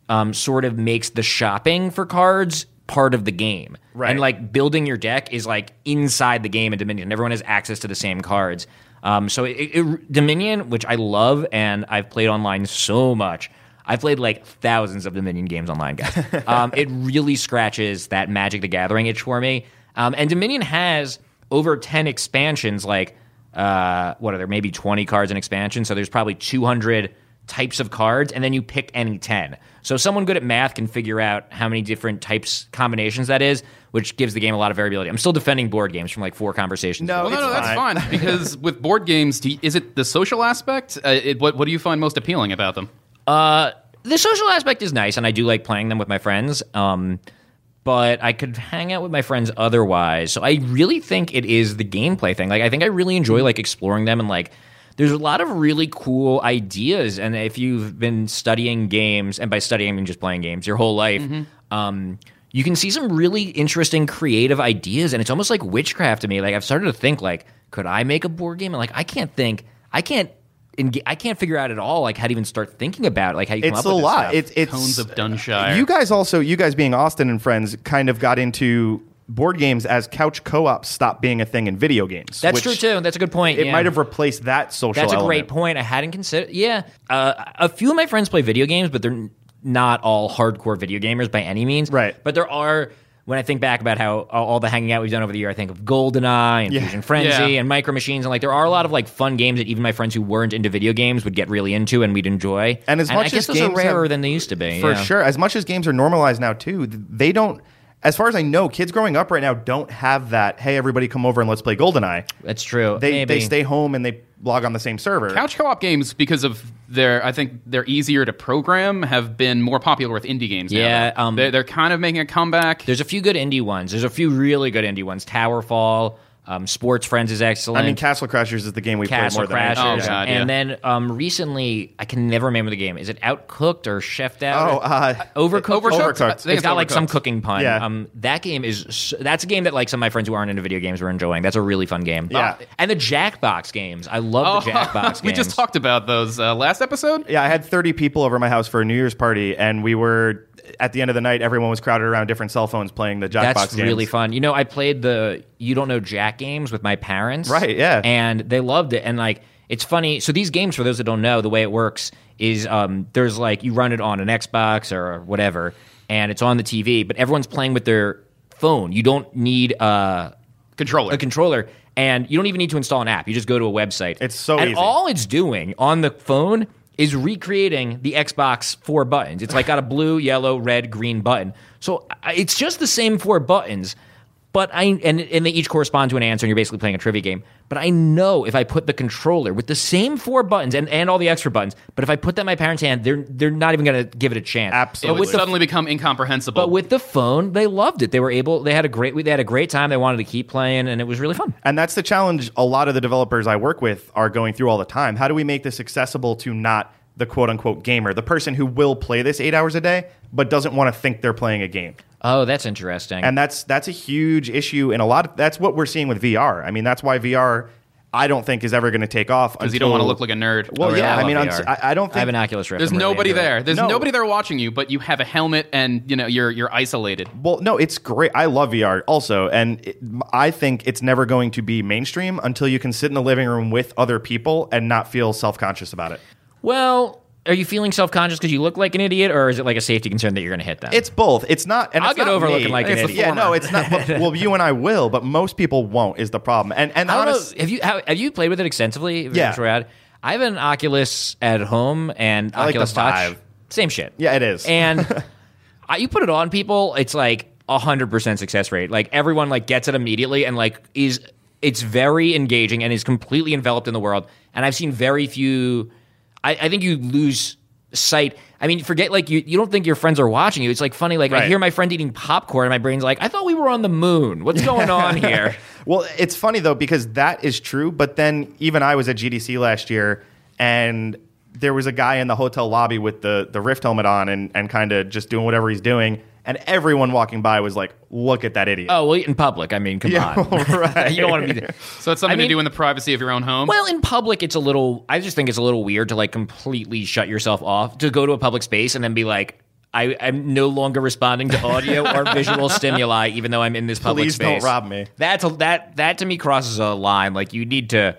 Speaker 4: um, sort of makes the shopping for cards part of the game.
Speaker 2: Right.
Speaker 4: And like building your deck is like inside the game in Dominion. Everyone has access to the same cards. Um, so it, it, Dominion, which I love and I've played online so much, I've played like thousands of Dominion games online, guys. um, it really scratches that Magic the Gathering itch for me. Um, and Dominion has over 10 expansions, like uh, what are there? Maybe 20 cards in expansion. So there's probably 200 types of cards, and then you pick any 10. So someone good at math can figure out how many different types combinations that is, which gives the game a lot of variability. I'm still defending board games from like four conversations.
Speaker 2: No,
Speaker 4: ago.
Speaker 3: Well, no,
Speaker 2: Oh, It's
Speaker 3: no, that's
Speaker 2: fine.
Speaker 3: fine. because with board games, do you- is it the social aspect? Uh, it, what, what do you find most appealing about them?
Speaker 4: Uh, the social aspect is nice, and I do like playing them with my friends. Um, but I could hang out with my friends otherwise. So I really think it is the gameplay thing. Like I think I really enjoy like exploring them and like there's a lot of really cool ideas. And if you've been studying games, and by studying I mean just playing games your whole life, um, you can see some really interesting creative ideas. And it's almost like witchcraft to me. Like I've started to think like, could I make a board game? And like I can't think, I can't. enga- I can't figure out at all like how to even start thinking about it, like how you come
Speaker 2: It's
Speaker 4: up
Speaker 2: a
Speaker 4: with this
Speaker 2: lot.
Speaker 4: stuff.
Speaker 2: It's it's
Speaker 3: Tones of Dunshire.
Speaker 2: You guys also, you guys being Austin and friends, kind of got into board games as couch co-ops stopped being a thing in video games. which
Speaker 4: That's true too. That's a good point.
Speaker 2: It
Speaker 4: yeah.
Speaker 2: might have replaced that social.
Speaker 4: That's a
Speaker 2: element.
Speaker 4: great point. I hadn't considered. Yeah, uh, a few of my friends play video games, but they're n- not all hardcore video gamers by any means.
Speaker 2: Right.
Speaker 4: But there are. When I think back about how all all the hanging out we've done over the year, I think of GoldenEye and
Speaker 2: Yeah.
Speaker 4: Fusion Frenzy
Speaker 3: Yeah.
Speaker 4: and Micro Machines, and like there are a lot of like fun games that even my friends who weren't into video games would get really into and we'd enjoy.
Speaker 2: And as much
Speaker 4: I guess
Speaker 2: as
Speaker 4: those are
Speaker 2: games have-
Speaker 4: rarer than they used to be
Speaker 2: for
Speaker 4: yeah.
Speaker 2: sure. As much as games are normalized now too, th- they don't. As far as I know, kids growing up right now don't have that. Hey, everybody, come over and let's play GoldenEye.
Speaker 4: That's true.
Speaker 2: They
Speaker 4: Maybe.
Speaker 2: they stay home and they log on the same server.
Speaker 3: Couch co-op games, because of their, I think they're easier to program, have been more popular with indie games. now,
Speaker 4: Yeah,
Speaker 3: though.
Speaker 4: um,
Speaker 3: they're, they're kind of making a comeback.
Speaker 4: There's a few good indie ones. There's a few really good indie ones. Towerfall, um, Sports Friends is excellent.
Speaker 2: I mean, Castle Crashers is the game we played
Speaker 4: Castle
Speaker 2: more than anything.
Speaker 4: Crashers.
Speaker 3: Oh, God, yeah.
Speaker 4: And then um, recently, I can never remember the game. Is it Outcooked or Chefed Out?
Speaker 2: Oh, uh,
Speaker 4: Overcooked.
Speaker 3: Overcooked? I think
Speaker 4: It's
Speaker 3: it's
Speaker 4: got like some
Speaker 3: Overcooked.
Speaker 4: cooking pun.
Speaker 2: Yeah.
Speaker 4: Um, that game is s- that's a game that like some of my friends who aren't into video games were enjoying. That's a really fun game.
Speaker 2: Yeah.
Speaker 4: And the Jackbox games. I love the Jackbox games.
Speaker 3: Oh, we just talked about those uh, last episode.
Speaker 2: Yeah, I had 30 people over my house for a New Year's party, and we were at the end of the night. Everyone was crowded around different cell phones playing the Jackbox
Speaker 4: That's
Speaker 2: games.
Speaker 4: really fun. You know, I played the you don't know Jack games with my parents.
Speaker 2: Right, yeah.
Speaker 4: And they loved it. And like it's funny. So these games, for those that don't know, the way it works is um, there's like you run it on an Xbox or whatever, and it's on the TV, but everyone's playing with their phone. You don't need uh,
Speaker 3: Controller.
Speaker 4: a controller, and you don't even need to install an app. You just go to a website.
Speaker 2: It's so
Speaker 4: and
Speaker 2: easy.
Speaker 4: all it's doing on the phone is recreating the Xbox four buttons. It's like got a blue, yellow, red, green button. So I- it's just the same four buttons. But I and and they each correspond to an answer, and you're basically playing a trivia game. But I know if I put the controller with the same four buttons and, and all the extra buttons, but if I put that in my parents' hand, they're they're not even gonna give it a chance.
Speaker 3: it
Speaker 2: Absolutely.
Speaker 3: would suddenly become incomprehensible.
Speaker 4: But with the phone, they loved it. They were able. They had a great. They had a great time. They wanted to keep playing, and it was really fun.
Speaker 2: And that's the challenge a lot of the developers I work with are going through all the time. How do we make this accessible to not the quote unquote gamer, the person who will play this eight hours a day but doesn't want to think they're playing a game?
Speaker 4: Oh, that's interesting.
Speaker 2: and that's that's a huge issue in a lot of that's what we're seeing with VR. I mean, that's why VR I don't think is ever going to take off because
Speaker 3: you don't want to look like a nerd.
Speaker 2: Well,
Speaker 4: Oh,
Speaker 2: yeah,
Speaker 4: yeah, I
Speaker 2: I mean,
Speaker 4: love
Speaker 2: I'm, s-
Speaker 4: VR.
Speaker 2: I, I don't think
Speaker 4: I have an Oculus Rift.
Speaker 3: There's
Speaker 4: I'm really
Speaker 3: nobody
Speaker 4: into it.
Speaker 3: there. There's
Speaker 2: No.
Speaker 3: nobody there watching you, but you have a helmet and you know you're you're isolated.
Speaker 2: Well, no, it's great. I love VR also, and it, I think it's never going to be mainstream until you can sit in a living room with other people and not feel self conscious about it.
Speaker 4: Well, are you feeling self conscious because you look like an idiot, or is it like a safety concern that you're going to hit them?
Speaker 2: It's both. It's not. And
Speaker 4: I'll
Speaker 2: it's
Speaker 4: get
Speaker 2: not
Speaker 4: over
Speaker 2: me.
Speaker 4: looking like an It's the idiot.
Speaker 2: Yeah,
Speaker 4: former.
Speaker 2: no, it's not. but- Well, you and I will, but most people won't. Is the problem? And and
Speaker 4: I don't
Speaker 2: honest,
Speaker 4: know. Have you how, have you played with it extensively?
Speaker 2: Yeah.
Speaker 4: Virtual reality? I have an Oculus at home and
Speaker 2: like the
Speaker 4: Oculus Touch.
Speaker 2: Vive.
Speaker 4: Same shit.
Speaker 2: Yeah, it is.
Speaker 4: And I, you put it on people, it's like hundred percent success rate. Like everyone like gets it immediately and like is it's very engaging and is completely enveloped in the world. And I've seen very few. I, I think you lose sight. I mean, forget like you, you don't think your friends are watching you. It's like funny. Like I
Speaker 2: Right.
Speaker 4: hear my friend eating popcorn, and my brain's like, I thought we were on the moon. What's going on here?
Speaker 2: Well, it's funny though because that is true. But then even I was at GDC last year, and there was a guy in the hotel lobby with the the Rift helmet on and and kind of just doing whatever he's doing, and everyone walking by was like, "Look at that idiot."
Speaker 4: Oh, well, in public. I mean, come
Speaker 2: Yeah,
Speaker 4: on.
Speaker 2: right.
Speaker 4: you don't want to be.
Speaker 3: So it's something
Speaker 4: I mean-
Speaker 3: to do in the privacy of your own home.
Speaker 4: Well, in public, it's a little. I just think it's a little weird to like completely shut yourself off to go to a public space and then be like, I, I'm no longer responding to audio or visual stimuli, even though I'm in this public
Speaker 2: Please
Speaker 4: space.
Speaker 2: don't rob me.
Speaker 4: That's a, that that to me crosses a line. Like you need to.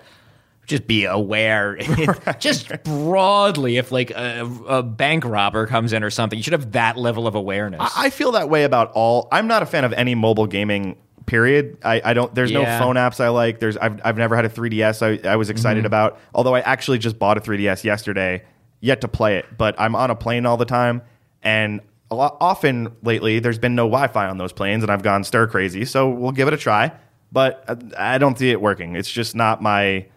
Speaker 4: Just be aware, just broadly. If like a, a bank robber comes in or something, you should have that level of awareness.
Speaker 2: I I feel that way about all. I'm not a fan of any mobile gaming. Period. I, I don't. There's
Speaker 4: Yeah.
Speaker 2: no phone apps I like. There's. I've, I've never had a 3ds. I, I was excited about. Although I actually just bought a 3ds yesterday, yet to play it. But I'm on a plane all the time, and a lot, often lately there's been no Wi-Fi on those planes, and I've gone stir crazy. So we'll give it a try. But uh, I, I don't see it working. It's just not my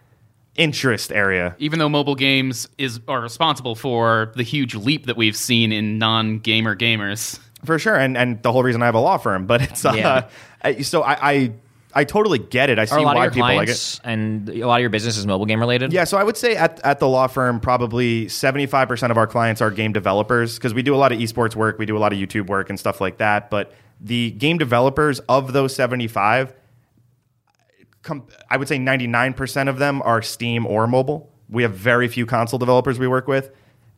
Speaker 2: interest area.
Speaker 3: even though mobile games is are responsible for the huge leap that we've seen in non-gamer gamers.
Speaker 2: for sure and and the whole reason i have a law firm but it's uh,
Speaker 4: Yeah.
Speaker 2: I- so I, I i totally get it i see
Speaker 4: Are a lot
Speaker 2: why
Speaker 4: of your
Speaker 2: people like it
Speaker 4: clients and a lot of your business is mobile game related?
Speaker 2: yeah so i would say at, at the law firm probably 75% of our clients are game developers because we do a lot of esports work we do a lot of youtube work and stuff like that but the game developers of those 75 com- I would say 99% of them are Steam or mobile. We have very few console developers we work with,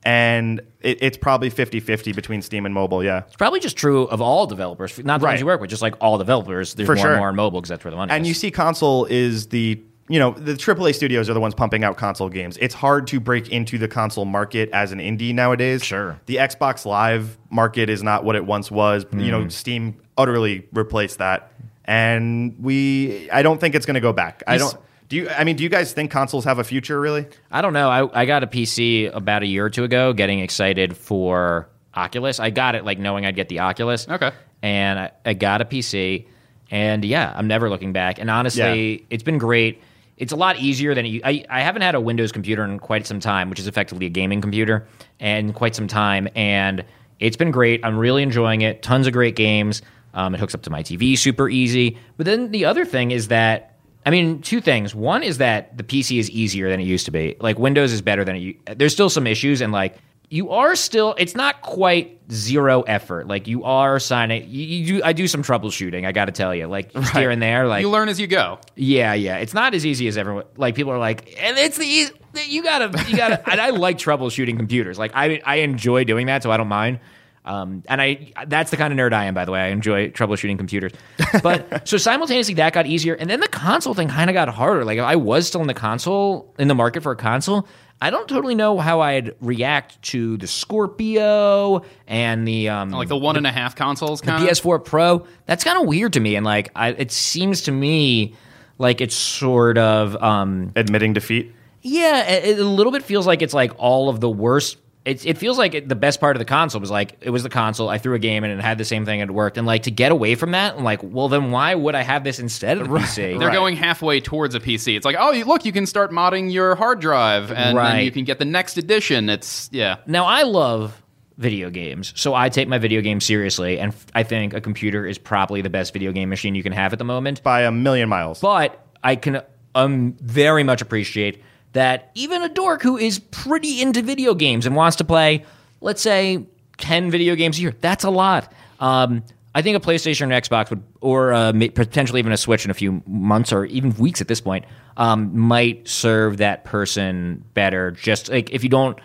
Speaker 2: and it, it's probably 50 50 between Steam and mobile. Yeah.
Speaker 4: It's probably just true of all developers, not the
Speaker 2: Right.
Speaker 4: ones you work with, just like all developers. There's
Speaker 2: For
Speaker 4: more
Speaker 2: sure.
Speaker 4: and more on mobile because that's where the money
Speaker 2: And
Speaker 4: is.
Speaker 2: you see, console is the you know the AAA studios are the ones pumping out console games. It's hard to break into the console market as an indie nowadays.
Speaker 4: Sure.
Speaker 2: the Xbox Live market is not what it once was. You know,
Speaker 4: Mm.
Speaker 2: Steam utterly replaced that, and we I don't think it's going to go back. I don't. Do you? I mean, do you guys think consoles have a future? Really?
Speaker 4: I don't know. I, I got a PC about a year or two ago, getting excited for Oculus. I got it like knowing I'd get the Oculus.
Speaker 3: Okay.
Speaker 4: And I, I got a PC, and yeah, I'm never looking back. And honestly, it's been great. It's a lot easier than you. I, I haven't had a Windows computer in quite some time, which is effectively a gaming computer, and quite some time. And it's been great. I'm really enjoying it. Tons of great games. Um, it hooks up to my TV super easy. But then the other thing is that I mean, two things. One is that the PC is easier than it used to be. Like Windows is better than it. u- There's still some issues, and like you are still. It's not quite zero effort. Like you are signing. You, you do. I do some troubleshooting. I got to tell you, like just here and there. Like
Speaker 3: You learn as you go.
Speaker 4: yeah, yeah. It's not as easy as everyone. Like people are like, and it's the easy. You gotta, you gotta. and I like troubleshooting computers. Like I, I enjoy doing that, so I don't mind. Um, and I, that's the kind of nerd I am, by the way. I enjoy troubleshooting computers. But so simultaneously, that got easier, and then the console thing kind of got harder. Like if I was still in the console in the market for a console. I don't totally know how I'd react to the Scorpio and the um,
Speaker 3: Like the one and a half consoles kind of.
Speaker 4: PS4 Pro. That's kind of weird to me, and like I, it seems to me like it's sort of um
Speaker 2: Admitting defeat.
Speaker 4: yeah, it, it a little bit feels like it's like all of the worst. It, it feels like it, the best part of the console was like it was the console. I threw a game in and it had the same thing and it worked. And like to get away from that, I'm like, well, then why would I have this instead of the PC?
Speaker 3: They're going halfway towards a PC. It's like, oh, you, look, you can start modding your hard drive, and
Speaker 4: Right.
Speaker 3: then you can get the next edition. It's yeah.
Speaker 4: Now I love video games, so I take my video game seriously, and f- I think a computer is probably the best video game machine you can have at the moment.
Speaker 2: By a million miles.
Speaker 4: but I can um very much appreciate that even a dork who is pretty into video games and wants to play, let's say, ten video games a year, that's a lot. Um, I think a PlayStation or an Xbox would, or uh, ma- potentially even a Switch in a few months or even weeks at this point, um, might serve that person better. Just like if you don't,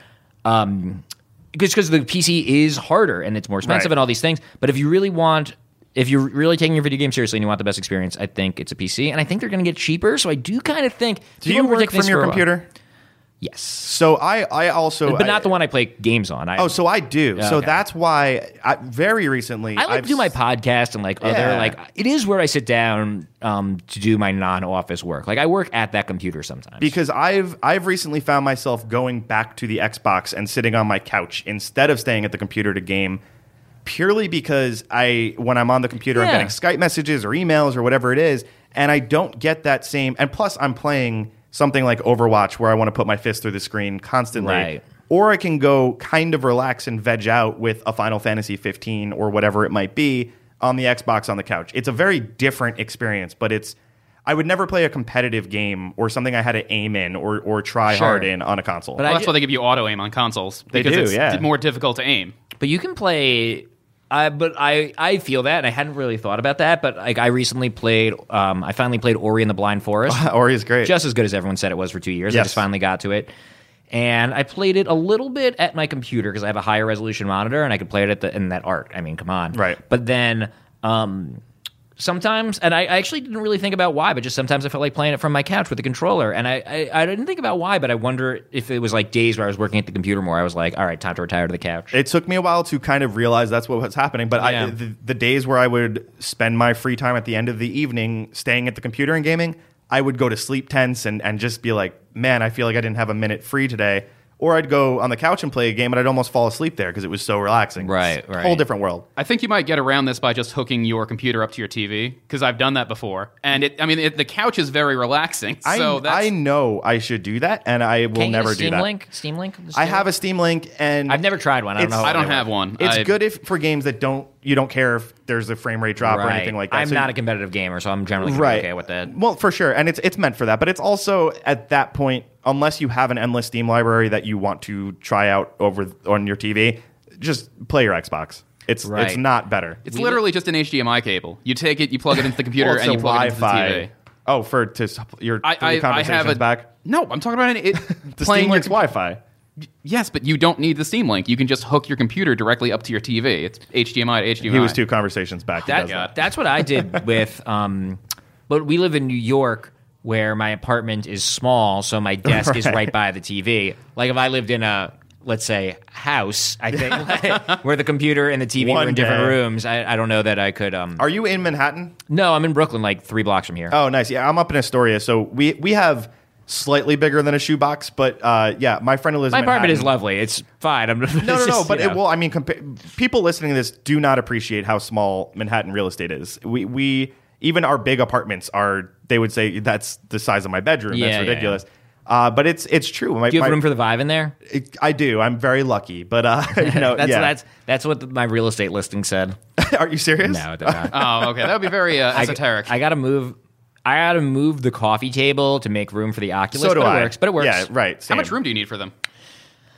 Speaker 4: um, because the PC is harder and it's more expensive
Speaker 2: Right.
Speaker 4: and all these things. But if you really want, if you're really taking your video game seriously and you want the best experience, I think it's a PC, and I think they're going to get cheaper. So I do kind of think.
Speaker 2: Do
Speaker 4: people
Speaker 2: you
Speaker 4: were
Speaker 2: work
Speaker 4: predicting
Speaker 2: from
Speaker 4: this
Speaker 2: your
Speaker 4: for a while.
Speaker 2: computer?
Speaker 4: Yes,
Speaker 2: So I, I also,
Speaker 4: but
Speaker 2: I-
Speaker 4: not the one I play games on. I,
Speaker 2: Oh, so I do. so
Speaker 4: okay.
Speaker 2: that's why I, very recently
Speaker 4: I like
Speaker 2: I've
Speaker 4: to do my
Speaker 2: s-
Speaker 4: podcast and like other
Speaker 2: Yeah.
Speaker 4: like it is where I sit down um, to do my non office work. Like I work at that computer sometimes.
Speaker 2: because I've I've recently found myself going back to the Xbox and sitting on my couch instead of staying at the computer to game purely because I when I'm on the computer I'm
Speaker 4: Yeah.
Speaker 2: getting Skype messages or emails or whatever it is and I don't get that same and plus I'm playing something like Overwatch where I want to put my fist through the screen constantly
Speaker 4: Right.
Speaker 2: or I can go kind of relax and veg out with a Final Fantasy 15 or whatever it might be on the Xbox on the couch. It's a very different experience, but it's I would never play a competitive game or something I had to aim in or or try
Speaker 4: Sure.
Speaker 2: hard in on a console.
Speaker 4: I
Speaker 3: Well, that's
Speaker 4: ju-
Speaker 3: why they give you auto aim on consoles because
Speaker 2: do,
Speaker 3: it's
Speaker 2: yeah.
Speaker 3: d- more difficult to aim.
Speaker 4: But you can play. I but I I feel that, and I hadn't really thought about that. But like I recently played, um, I finally played Ori and the Blind Forest.
Speaker 2: Ori is great.
Speaker 4: just as good as everyone said it was for two years. I
Speaker 2: Yes.
Speaker 4: just finally got to it, and I played it a little bit at my computer because I have a higher resolution monitor, and I could play it at the, in that art. I mean, come on,
Speaker 2: Right.
Speaker 4: But then. Um, Sometimes, and I I actually didn't really think about why, but just sometimes I felt like playing it from my couch with the controller, and I, I I didn't think about why, but I wonder if it was like days where I was working at the computer more. I was like, all right, time to retire to the couch.
Speaker 2: it took me a while to kind of realize that's what was happening, but
Speaker 4: Yeah.
Speaker 2: I, the, the days where I would spend my free time at the end of the evening staying at the computer and gaming, I would go to sleep tense and, and just be like, man, I feel like I didn't have a minute free today. Or I'd go on the couch and play a game, and I'd almost fall asleep there because it was so relaxing.
Speaker 4: Right,
Speaker 2: It's a
Speaker 4: right.
Speaker 2: Whole different world.
Speaker 3: I think you might get around this by just hooking your computer up to your TV because I've done that before, and it. I mean, it, the couch is very relaxing. So
Speaker 2: I,
Speaker 3: that's
Speaker 2: I know I should do that, and I will
Speaker 4: Can't you get
Speaker 2: never
Speaker 4: a Steam
Speaker 2: do that.
Speaker 4: Link? Steam Link?
Speaker 2: I have a Steam Link, and
Speaker 4: I've never tried one. I don't
Speaker 2: It's-
Speaker 4: know.
Speaker 3: I don't
Speaker 4: how they
Speaker 3: have
Speaker 4: work.
Speaker 3: one.
Speaker 2: It's
Speaker 3: I-
Speaker 2: good if for games that don't you don't care if there's a frame rate drop or
Speaker 4: Right.
Speaker 2: anything like that.
Speaker 4: I'm
Speaker 2: So
Speaker 4: not
Speaker 2: you-
Speaker 4: a competitive gamer, so I'm generally gonna be
Speaker 2: right
Speaker 4: okay with that.
Speaker 2: Well, for sure, and it's it's meant for that, but it's also at that point, unless you have an endless Steam library that you want to try out over th- on your TV, just play your Xbox. It's
Speaker 4: Right.
Speaker 2: it's not better.
Speaker 3: It's literally just an HDMI cable. You take it, you plug it into the computer,
Speaker 2: Well, it's
Speaker 3: and you
Speaker 2: a
Speaker 3: plug it into the TV.
Speaker 2: Oh, for to supp- your
Speaker 3: I,
Speaker 2: your
Speaker 3: I, I
Speaker 2: conversations
Speaker 3: have a
Speaker 2: back.
Speaker 3: No, I'm talking about an, it
Speaker 2: The Steam
Speaker 3: playing your
Speaker 2: Link's
Speaker 3: com-
Speaker 2: Wi-Fi.
Speaker 3: Yes, but you don't need the Steam Link. You can just hook your computer directly up to your TV. It's HDMI to HDMI.
Speaker 2: He was two conversations back. He
Speaker 4: That-
Speaker 2: does that.
Speaker 4: That's what I did with. Um, but we live in New York, where my apartment is small, so my desk is right by the TV. Like if I lived in a let's say house, I think where the computer and the TV were
Speaker 2: One
Speaker 4: in different
Speaker 2: day.
Speaker 4: rooms. I, I don't know that I could. Um,
Speaker 2: Are you in Manhattan?
Speaker 4: no, I'm in Brooklyn, like three blocks from here.
Speaker 2: Oh, nice. Yeah, I'm up in Astoria, so we we have slightly bigger than a shoebox, but uh, yeah, my friend who lives.
Speaker 4: my
Speaker 2: in
Speaker 4: apartment is
Speaker 2: Manhattan-
Speaker 4: lovely. It's fine. I'm no,
Speaker 2: No, no, no. But it, well, I mean, compa- people listening to this do not appreciate how small Manhattan real estate is. We we even our big apartments are. They would say that's the size of my bedroom.
Speaker 4: Yeah, yeah,
Speaker 2: that's
Speaker 4: yeah.
Speaker 2: ridiculous. Uh, but it's it's true. My,
Speaker 4: Do you have
Speaker 2: my-
Speaker 4: room for the vibe in there?
Speaker 2: it- I do. I'm very lucky. But uh, you know,
Speaker 4: That's
Speaker 2: yeah.
Speaker 4: that's that's what my real estate listing said.
Speaker 2: are you serious?
Speaker 4: No, it did not.
Speaker 3: Oh, okay. That would be very uh,
Speaker 4: I-
Speaker 3: esoteric.
Speaker 4: I, gotta move. I gotta move the coffee table to make room for the Oculus.
Speaker 2: So do
Speaker 4: but
Speaker 2: I.
Speaker 4: It works, but it works.
Speaker 2: Yeah, right.
Speaker 3: How
Speaker 2: same.
Speaker 3: much room do you need for them?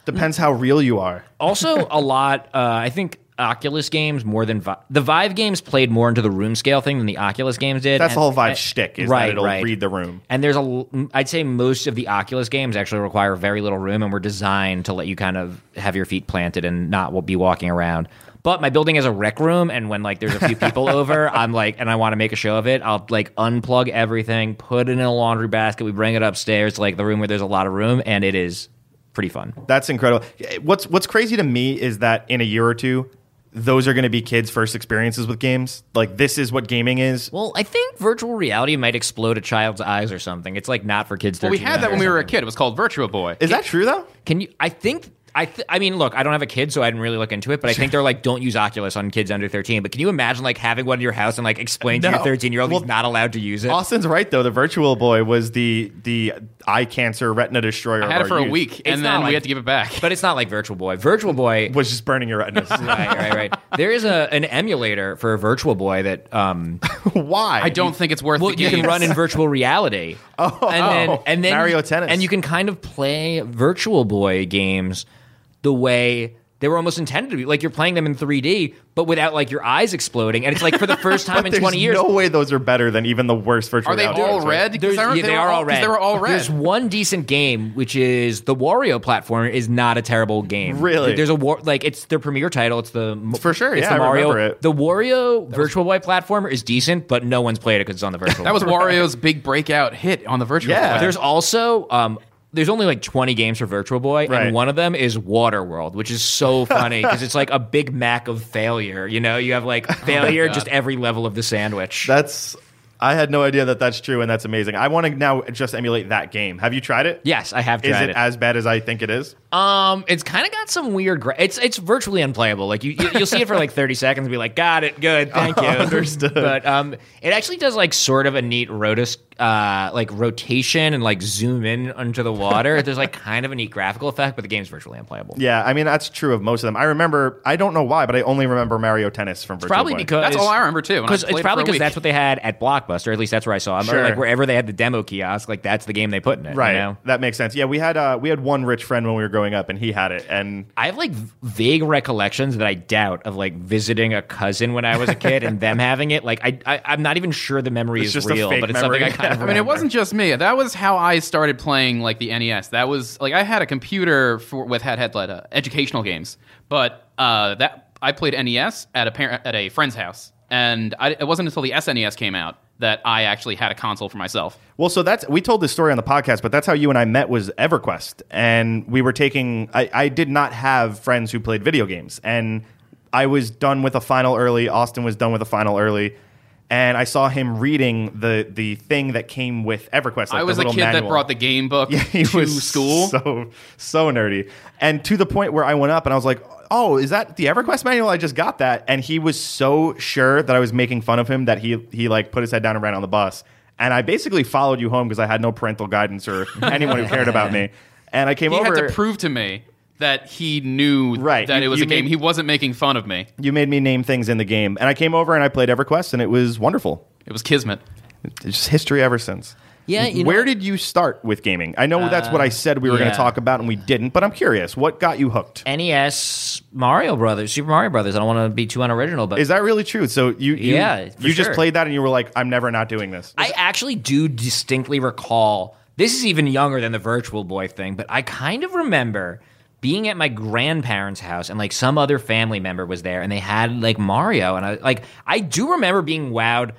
Speaker 2: Depends how real you are.
Speaker 4: Also, a lot. Uh, I think Oculus games more than Vi- the Vive games played more into the room scale thing than the Oculus games did.
Speaker 2: That's the whole Vive
Speaker 4: and-
Speaker 2: shtick, is that
Speaker 4: right,
Speaker 2: it'll
Speaker 4: right.
Speaker 2: read the room.
Speaker 4: And there's a. l- I'd say most of the Oculus games actually require very little room and were designed to let you kind of have your feet planted and not wa- be walking around. But my building has a rec room, and when like there's a few people over, I'm like, and I want to make a show of it. I'll like unplug everything, put it in a laundry basket. We bring it upstairs, to, like the room where there's a lot of room, and it is pretty fun.
Speaker 2: That's incredible. What's what's crazy to me is that in a year or two, those are going to be kids' first experiences with games. Like this is what gaming is.
Speaker 4: Well, I think virtual reality might explode a child's eyes or something. It's like not for kids.
Speaker 3: Well, we
Speaker 4: 13
Speaker 3: had that
Speaker 4: or
Speaker 3: when we were a
Speaker 4: something.
Speaker 3: kid. It was called Virtua Boy.
Speaker 2: Is that true though?
Speaker 4: Can you? I think. I, th- I mean, look, I don't have a kid, so I didn't really look into it, but I think they're like, don't use Oculus on kids under 13. But can you imagine like having one in your house and like explain to your
Speaker 2: No.
Speaker 4: 13 year old he's
Speaker 2: Well,
Speaker 4: not allowed to use it?
Speaker 2: Austin's right though. The Virtual Boy was the the eye cancer retina destroyer.
Speaker 3: I had
Speaker 2: of
Speaker 3: it
Speaker 2: our
Speaker 3: for a
Speaker 2: youth.
Speaker 3: week,
Speaker 4: It's
Speaker 3: and
Speaker 4: not
Speaker 3: then
Speaker 4: like-
Speaker 3: we had to give it back.
Speaker 4: But it's not like Virtual Boy. Virtual Boy.
Speaker 2: Was just burning your retinas.
Speaker 4: right, right, right. There is a, an emulator for Virtual Boy that um,
Speaker 2: Why?
Speaker 3: I don't think it's worth
Speaker 4: well,
Speaker 3: the
Speaker 4: you
Speaker 3: game.
Speaker 4: can run in virtual reality. oh, and then, and then
Speaker 2: Mario Tennis.
Speaker 4: and you can kind of play Virtual Boy games the way they were almost intended to be like you're playing them in 3D, but without like your eyes exploding, and it's like for the first time in
Speaker 2: There's
Speaker 4: 20 years.
Speaker 2: no way those are better than even the worst virtual
Speaker 3: Are they
Speaker 2: reality
Speaker 3: all
Speaker 2: games, right?
Speaker 3: red? 'Cause
Speaker 4: There's-
Speaker 3: I remember
Speaker 4: yeah, they,
Speaker 3: were
Speaker 4: are all
Speaker 3: 'cause
Speaker 4: red.
Speaker 3: They were all red.
Speaker 4: There's one decent game, which is the Wario platform, is not a terrible game.
Speaker 2: Really?
Speaker 4: There's a war like it's their premier title. It's the
Speaker 2: For sure,
Speaker 4: It's
Speaker 2: yeah, I
Speaker 4: the Mario.
Speaker 2: remember it.
Speaker 4: The Wario Virtual Boy platformer is decent, but no one's played it because it's on the Virtual.
Speaker 3: that was
Speaker 4: Boy.
Speaker 3: Wario's big breakout hit on the virtual.
Speaker 2: Yeah.
Speaker 3: Boy.
Speaker 4: There's also um, there's only like 20 games for Virtual Boy,
Speaker 2: Right.
Speaker 4: and one of them is Waterworld, which is so funny because it's like a Big Mac of failure. You know, you have
Speaker 2: Oh
Speaker 4: like failure
Speaker 3: God.
Speaker 4: just every level of the sandwich.
Speaker 2: That's I had no idea that that's true, and that's amazing. I want to now just emulate that game. Have you tried it?
Speaker 4: yes, I have
Speaker 2: Is
Speaker 4: tried
Speaker 2: it, as bad as I think it is?
Speaker 4: Um, it's kind of got some weird. Gra- it's it's virtually unplayable. Like you, you you'll see it for like thirty seconds and be like, "Got it, good, thank you."
Speaker 2: Oh, Understood.
Speaker 4: But um, it actually does like sort of a neat rotus, uh, like rotation and like zoom in onto the water. There's like kind of a neat graphical effect, but the game's virtually unplayable.
Speaker 2: yeah, I mean that's true of most of them. I remember. I don't know why, but I only remember Mario Tennis from Virtual
Speaker 4: Probably
Speaker 2: Boy.
Speaker 4: because
Speaker 3: That's all I remember, too, and I
Speaker 4: Because
Speaker 3: played
Speaker 4: it's
Speaker 3: it
Speaker 4: probably
Speaker 3: for a
Speaker 4: because
Speaker 3: week.
Speaker 4: that's what they had at Blockbuster. At least that's where I saw. them. Or
Speaker 2: Sure.
Speaker 4: like wherever they had the demo kiosk, like that's the game they put in it. you
Speaker 2: right.
Speaker 4: know?
Speaker 2: That makes sense. Yeah, we had uh, we had one rich friend when we were growing up, and he had it, and
Speaker 4: I have like v- vague recollections that I doubt of like visiting a cousin when I was a kid and them having it. Like I, I I'm not even sure the memory
Speaker 2: It's
Speaker 4: is
Speaker 2: just a
Speaker 4: real,
Speaker 2: fake
Speaker 4: but it's
Speaker 2: memory.
Speaker 4: something I kind of.
Speaker 2: I
Speaker 4: Remember.
Speaker 3: I mean, it wasn't just me. That was how I started playing like the NES. That was like I had a computer for with had had like, uh, educational games, but uh, that I played NES at a parent at a friend's house, and I, it wasn't until the SNES came out that I actually had a console for myself.
Speaker 2: Well, so that's we told this story on the podcast, but that's how you and I met was EverQuest, and we were taking. I, I did not have friends who played video games, and I was done with a final early. Austin was done with a final early, and I saw him reading the the thing that came with EverQuest. like
Speaker 3: I was
Speaker 2: the
Speaker 3: a
Speaker 2: little
Speaker 3: kid that
Speaker 2: manual.
Speaker 3: brought the game book
Speaker 2: Yeah, he
Speaker 3: to
Speaker 2: was
Speaker 3: school.
Speaker 2: so so nerdy, and to the point where I went up and I was like, "Oh, is that the EverQuest manual? I just got that." And he was so sure that I was making fun of him that he he like put his head down and ran on the bus. And I basically followed you home because I had no parental guidance or anyone who cared about me. And I came
Speaker 3: he
Speaker 2: over.
Speaker 3: had to prove to me that he knew
Speaker 2: Right.
Speaker 3: that
Speaker 2: You-
Speaker 3: it was
Speaker 2: you
Speaker 3: a game.
Speaker 2: made-
Speaker 3: he wasn't making fun of me.
Speaker 2: you made me name things in the game, and I came over and I played EverQuest, and it was wonderful.
Speaker 3: It was kismet.
Speaker 2: It's just history ever since.
Speaker 4: Yeah, you know-
Speaker 2: Where did you start with gaming? I know that's what I said we were going
Speaker 3: Uh,
Speaker 2: to
Speaker 4: yeah.
Speaker 2: talk about, and we didn't. But I'm curious, what got you hooked?
Speaker 4: NES E Mario Brothers, Super Mario Brothers. I don't want to be too unoriginal, but
Speaker 2: Is that really true? So you, you
Speaker 4: Yeah, for
Speaker 2: you just
Speaker 4: sure.
Speaker 2: played that and you were like, I'm never not doing this.
Speaker 4: I actually do distinctly recall. This is even younger than the Virtual Boy thing, but I kind of remember being at my grandparents' house and like some other family member was there and they had like Mario and I like I do remember being wowed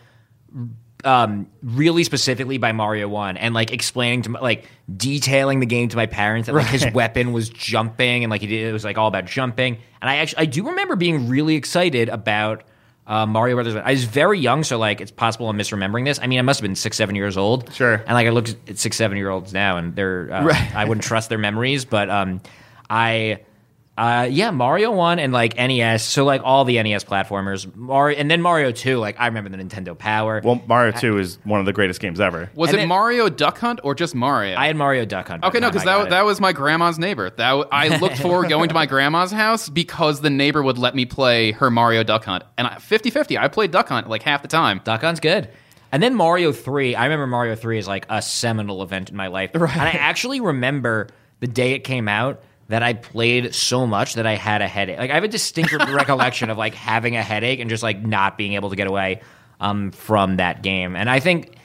Speaker 4: um, really specifically by Mario One, and like explaining to my, like detailing the game to my parents that like his weapon was jumping, and like he did, it was like all about jumping. And I actually I do remember being really excited about uh, Mario Brothers. I was very young, so like it's possible I'm misremembering this. I mean, I must have been six seven years old.
Speaker 2: Sure.
Speaker 4: And like I look at six seven year olds now, and they're uh, I wouldn't trust their memories, but um, I. Uh, yeah, Mario One and like NES, so like all the NES platformers, Mario, and then Mario Two. Like I remember the Nintendo Power.
Speaker 2: well, Mario 2 is one of the greatest games ever.
Speaker 3: Was
Speaker 4: And
Speaker 3: it
Speaker 4: then-
Speaker 3: Mario Duck Hunt or just Mario?
Speaker 4: I had Mario Duck Hunt. by
Speaker 3: Okay,
Speaker 4: the
Speaker 3: no,
Speaker 4: time
Speaker 3: because
Speaker 4: I got
Speaker 3: that,
Speaker 4: it.
Speaker 3: that was my grandma's neighbor. That w- I looked forward going to my grandma's house because the neighbor would let me play her Mario Duck Hunt, and I, 50-50, I played Duck Hunt like half the time.
Speaker 4: Duck Hunt's good. And then Mario Three. I remember Mario Three is like a seminal event in my life, and I actually remember the day it came out that I played so much that I had a headache. Like I have a distinct recollection of like having a headache and just like not being able to get away um, from that game. And I think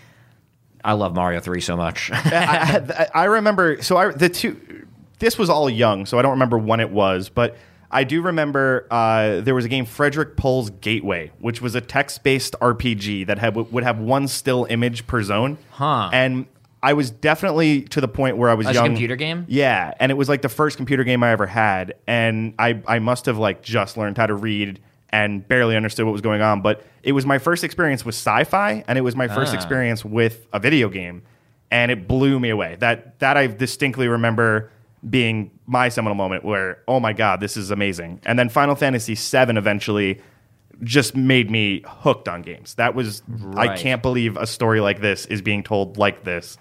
Speaker 4: I love Mario Three so much.
Speaker 2: I, I, I remember. So I the two. This was all young, so I don't remember when it was, but I do remember uh, there was a game Frederick Pohl's Gateway, which was a text-based RPG that had would have one still image per zone.
Speaker 4: Huh.
Speaker 2: And I was definitely to the point where I was
Speaker 4: As a
Speaker 2: young.
Speaker 4: computer game?
Speaker 2: Yeah, and it was like the first computer game I ever had, and I I must have like just learned how to read and barely understood what was going on, but it was my first experience with sci-fi, and it was my first experience with a video game, and it blew me away. That that I distinctly remember being my seminal moment where oh my god, this is amazing. And then Final Fantasy VII eventually just made me hooked on games. That was I
Speaker 4: Right.
Speaker 2: can't believe a story like this is being told like this.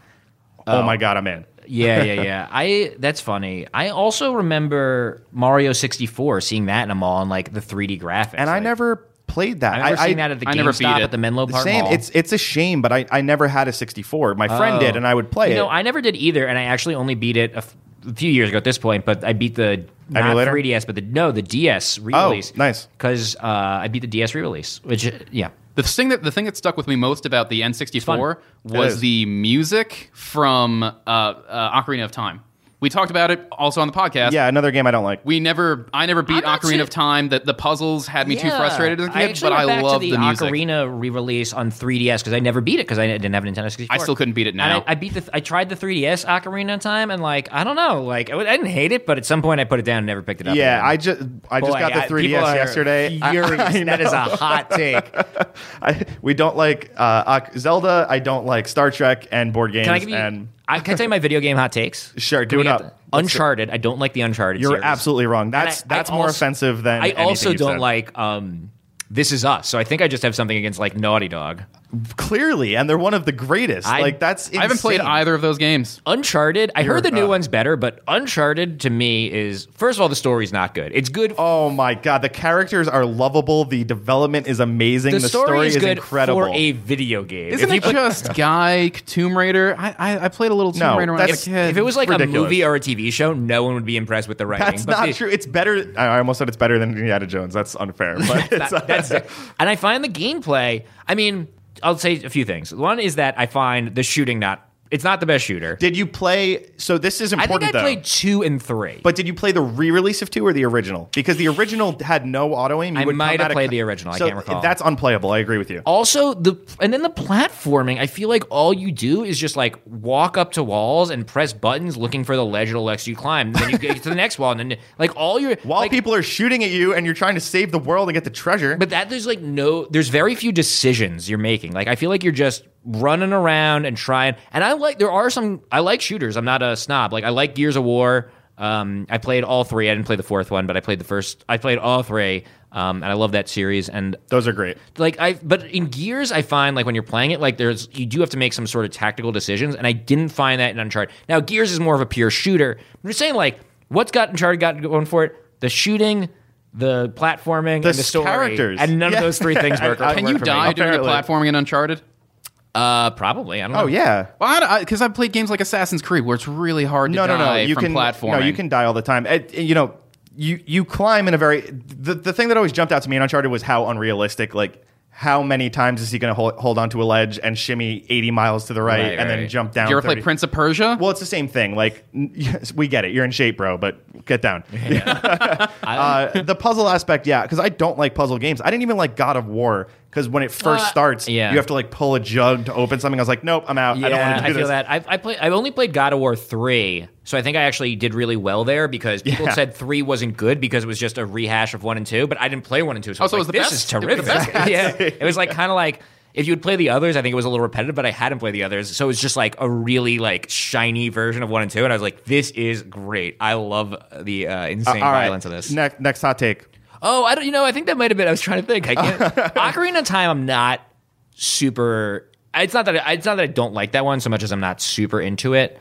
Speaker 2: oh my god, I'm in.
Speaker 4: yeah, yeah, yeah. I that's funny. I also remember Mario sixty four, seeing that in a mall and like the three D graphics.
Speaker 2: and I
Speaker 4: Like,
Speaker 2: never played that.
Speaker 4: I remember seeing that at the
Speaker 3: I never beat
Speaker 4: GameStop
Speaker 3: it.
Speaker 4: at the Menlo Park
Speaker 2: same.
Speaker 4: Mall.
Speaker 2: It's it's a shame,
Speaker 3: Oh.
Speaker 2: but I, I never had a 64. My friend did, and I would play
Speaker 4: Oh. you
Speaker 2: it.
Speaker 4: know, I never did either, and I actually only beat it a f- a few years ago at this point, but I beat the not
Speaker 2: Emulator?
Speaker 4: 3DS, but the no, the DS re-release.
Speaker 2: Oh, nice.
Speaker 4: Because uh, I beat the DS re-release, which uh, yeah,
Speaker 3: The thing that the thing that stuck with me most about the N64
Speaker 2: is.
Speaker 3: was the music from uh, uh, Ocarina of Time. We talked about it also on the podcast.
Speaker 2: Yeah, another game I don't like.
Speaker 3: We never, I never beat
Speaker 4: I'm not
Speaker 3: Ocarina
Speaker 4: sure-
Speaker 3: of Time. That the puzzles had me too
Speaker 4: Yeah.
Speaker 3: frustrated as a
Speaker 4: I
Speaker 3: kid,
Speaker 4: actually
Speaker 3: but
Speaker 4: went
Speaker 3: I
Speaker 4: back
Speaker 3: love
Speaker 4: to
Speaker 3: the,
Speaker 4: the,
Speaker 3: music.
Speaker 4: Ocarina re-release on 3DS because I never beat it because I didn't have a Nintendo 64.
Speaker 3: I still couldn't beat it now.
Speaker 4: And I, I beat the I tried the 3DS Ocarina of Time and like I don't know like I, I didn't hate it, but at some point I put it down and never picked it up.
Speaker 2: yeah,
Speaker 4: again.
Speaker 2: I just I just
Speaker 4: Boy,
Speaker 2: got the
Speaker 4: I-
Speaker 2: 3DS
Speaker 4: people are
Speaker 2: yesterday. I-
Speaker 4: furious.
Speaker 2: I
Speaker 4: that is a
Speaker 2: know.
Speaker 4: hot take.
Speaker 2: I, we don't like uh, Oc- Zelda. I don't like Star Trek and board games.
Speaker 4: Can I give you?
Speaker 2: and
Speaker 4: I can I tell you my video game hot takes.
Speaker 2: Sure,
Speaker 4: Can
Speaker 2: do
Speaker 4: we
Speaker 2: it
Speaker 4: get
Speaker 2: up.
Speaker 4: the-
Speaker 2: Let's do it.
Speaker 4: Uncharted. I don't like the Uncharted.
Speaker 2: you're
Speaker 4: series.
Speaker 2: absolutely wrong.
Speaker 4: And I-
Speaker 2: That's
Speaker 4: I
Speaker 2: that's more
Speaker 4: also-
Speaker 2: offensive than
Speaker 4: I
Speaker 2: anything
Speaker 4: also
Speaker 2: you've
Speaker 4: don't
Speaker 2: said.
Speaker 4: like. um this is us, so I think I just have something against like Naughty Dog.
Speaker 2: clearly, and they're one of the greatest.
Speaker 4: I-
Speaker 2: like that's
Speaker 3: I haven't played
Speaker 2: insane.
Speaker 3: either of those games.
Speaker 4: Uncharted. I
Speaker 2: You're-
Speaker 4: heard the new
Speaker 2: uh,
Speaker 4: one's better, but Uncharted to me is first of all the story's not good. It's good.
Speaker 2: Oh my god, the characters are lovable. The development is amazing. The,
Speaker 4: story, is, good
Speaker 2: incredible.
Speaker 4: for a video game.
Speaker 3: Isn't
Speaker 4: if
Speaker 3: it just Guy Tomb Raider? I, I, I played a little Tomb
Speaker 2: No,
Speaker 3: Raider when I was
Speaker 2: that's-
Speaker 3: a kid.
Speaker 4: if it was like a
Speaker 2: ridiculous.
Speaker 4: movie or a TV show, no one would be impressed with the writing.
Speaker 2: that's
Speaker 4: but
Speaker 2: not
Speaker 4: the-
Speaker 2: true. It's better. I almost said it's better than Indiana Jones. That's unfair. But it's,
Speaker 4: That- that's it. And I find the gameplay. I mean, I'll say a few things. One is that I find the shooting not. It's not the best shooter.
Speaker 2: did you play? So this is
Speaker 4: I
Speaker 2: important
Speaker 4: think I
Speaker 2: though.
Speaker 4: played two and three.
Speaker 2: But did you play the re-release of two or the original? Because the original had no auto aim. You
Speaker 4: I
Speaker 2: would
Speaker 4: might
Speaker 2: come
Speaker 4: have
Speaker 2: at a-
Speaker 4: played the original. I
Speaker 2: So
Speaker 4: can't recall.
Speaker 2: That's unplayable. I agree with you.
Speaker 4: also the and then the platforming i feel like all you do is just like walk up to walls and press buttons looking for the ledge that lets you climb then you get to the next wall and then like all your
Speaker 2: While
Speaker 4: like,
Speaker 2: people are shooting at you and you're trying to save the world and get the treasure,
Speaker 4: but that there's like no there's very few decisions you're making like i feel like you're just running around and trying and i like there are some i like shooters i'm not a snob like i like gears of war um, I played all three. I didn't play the fourth one, but I played the first. I played all three, um, and I love that series. And
Speaker 2: those are great.
Speaker 4: like I but in Gears I find like when you're playing it like there's you do have to make some sort of tactical decisions and I didn't find that in Uncharted. Now Gears is more of a pure shooter. I'm just saying like what's got Uncharted got going for it? The shooting, the platforming,
Speaker 2: The
Speaker 4: and the story,
Speaker 2: characters.
Speaker 4: and none
Speaker 2: Yeah.
Speaker 4: of those three things work.
Speaker 2: I- I-
Speaker 3: Can you
Speaker 2: work for me.
Speaker 3: die during the
Speaker 2: Apparently.
Speaker 3: platforming in Uncharted?
Speaker 4: uh, probably I don't know.
Speaker 2: Oh yeah.
Speaker 3: Well, because I've played games like Assassin's Creed where it's really hard to
Speaker 2: No, no,
Speaker 3: die
Speaker 2: no. You
Speaker 3: from
Speaker 2: can No,
Speaker 3: platforming.
Speaker 2: you can die all the time. And, and, you know, you you climb in a very the, the thing that always jumped out to me in Uncharted was how unrealistic like. How many times is he going to hold, hold onto a ledge and shimmy 80 miles to the right,
Speaker 4: Right,
Speaker 2: and then
Speaker 4: right.
Speaker 2: jump down?
Speaker 3: Did you ever
Speaker 2: 30?
Speaker 3: play Prince of Persia?
Speaker 2: Well, it's the same thing. Like, n- yes, we get it. You're in shape, bro, but get down. uh, the puzzle aspect, yeah, because I don't like puzzle games. I didn't even like God of War because when it first
Speaker 4: Uh,
Speaker 2: starts,
Speaker 4: yeah.
Speaker 2: you have to like pull a jug to open something. I was like, nope, I'm out. I don't want to do
Speaker 4: I
Speaker 2: this.
Speaker 4: feel that. I've, I play, I've only played God of War 3, so I think I actually did really well there because people
Speaker 2: Yeah.
Speaker 4: said 3 wasn't good because it was just a rehash of 1 and 2, but I didn't play 1 and 2, so I was
Speaker 3: so it was
Speaker 4: like,
Speaker 3: the
Speaker 4: this
Speaker 3: best?
Speaker 4: is
Speaker 3: It was
Speaker 4: terrific.
Speaker 3: the best?
Speaker 4: yeah. It was like kind of like, if you would play the others, I think it was a little repetitive, but I hadn't played the others, so it was just like a really like shiny version of 1 and 2, and I was like, this is great. I love the uh, insane
Speaker 2: All right.
Speaker 4: violence of this.
Speaker 2: Next, next hot take.
Speaker 4: Oh, I don't. You know, I think that might have been. I was trying to think. I can't. Ocarina of Time. I'm not super. It's not that. I, it's not that I don't like that one so much as I'm not super into it.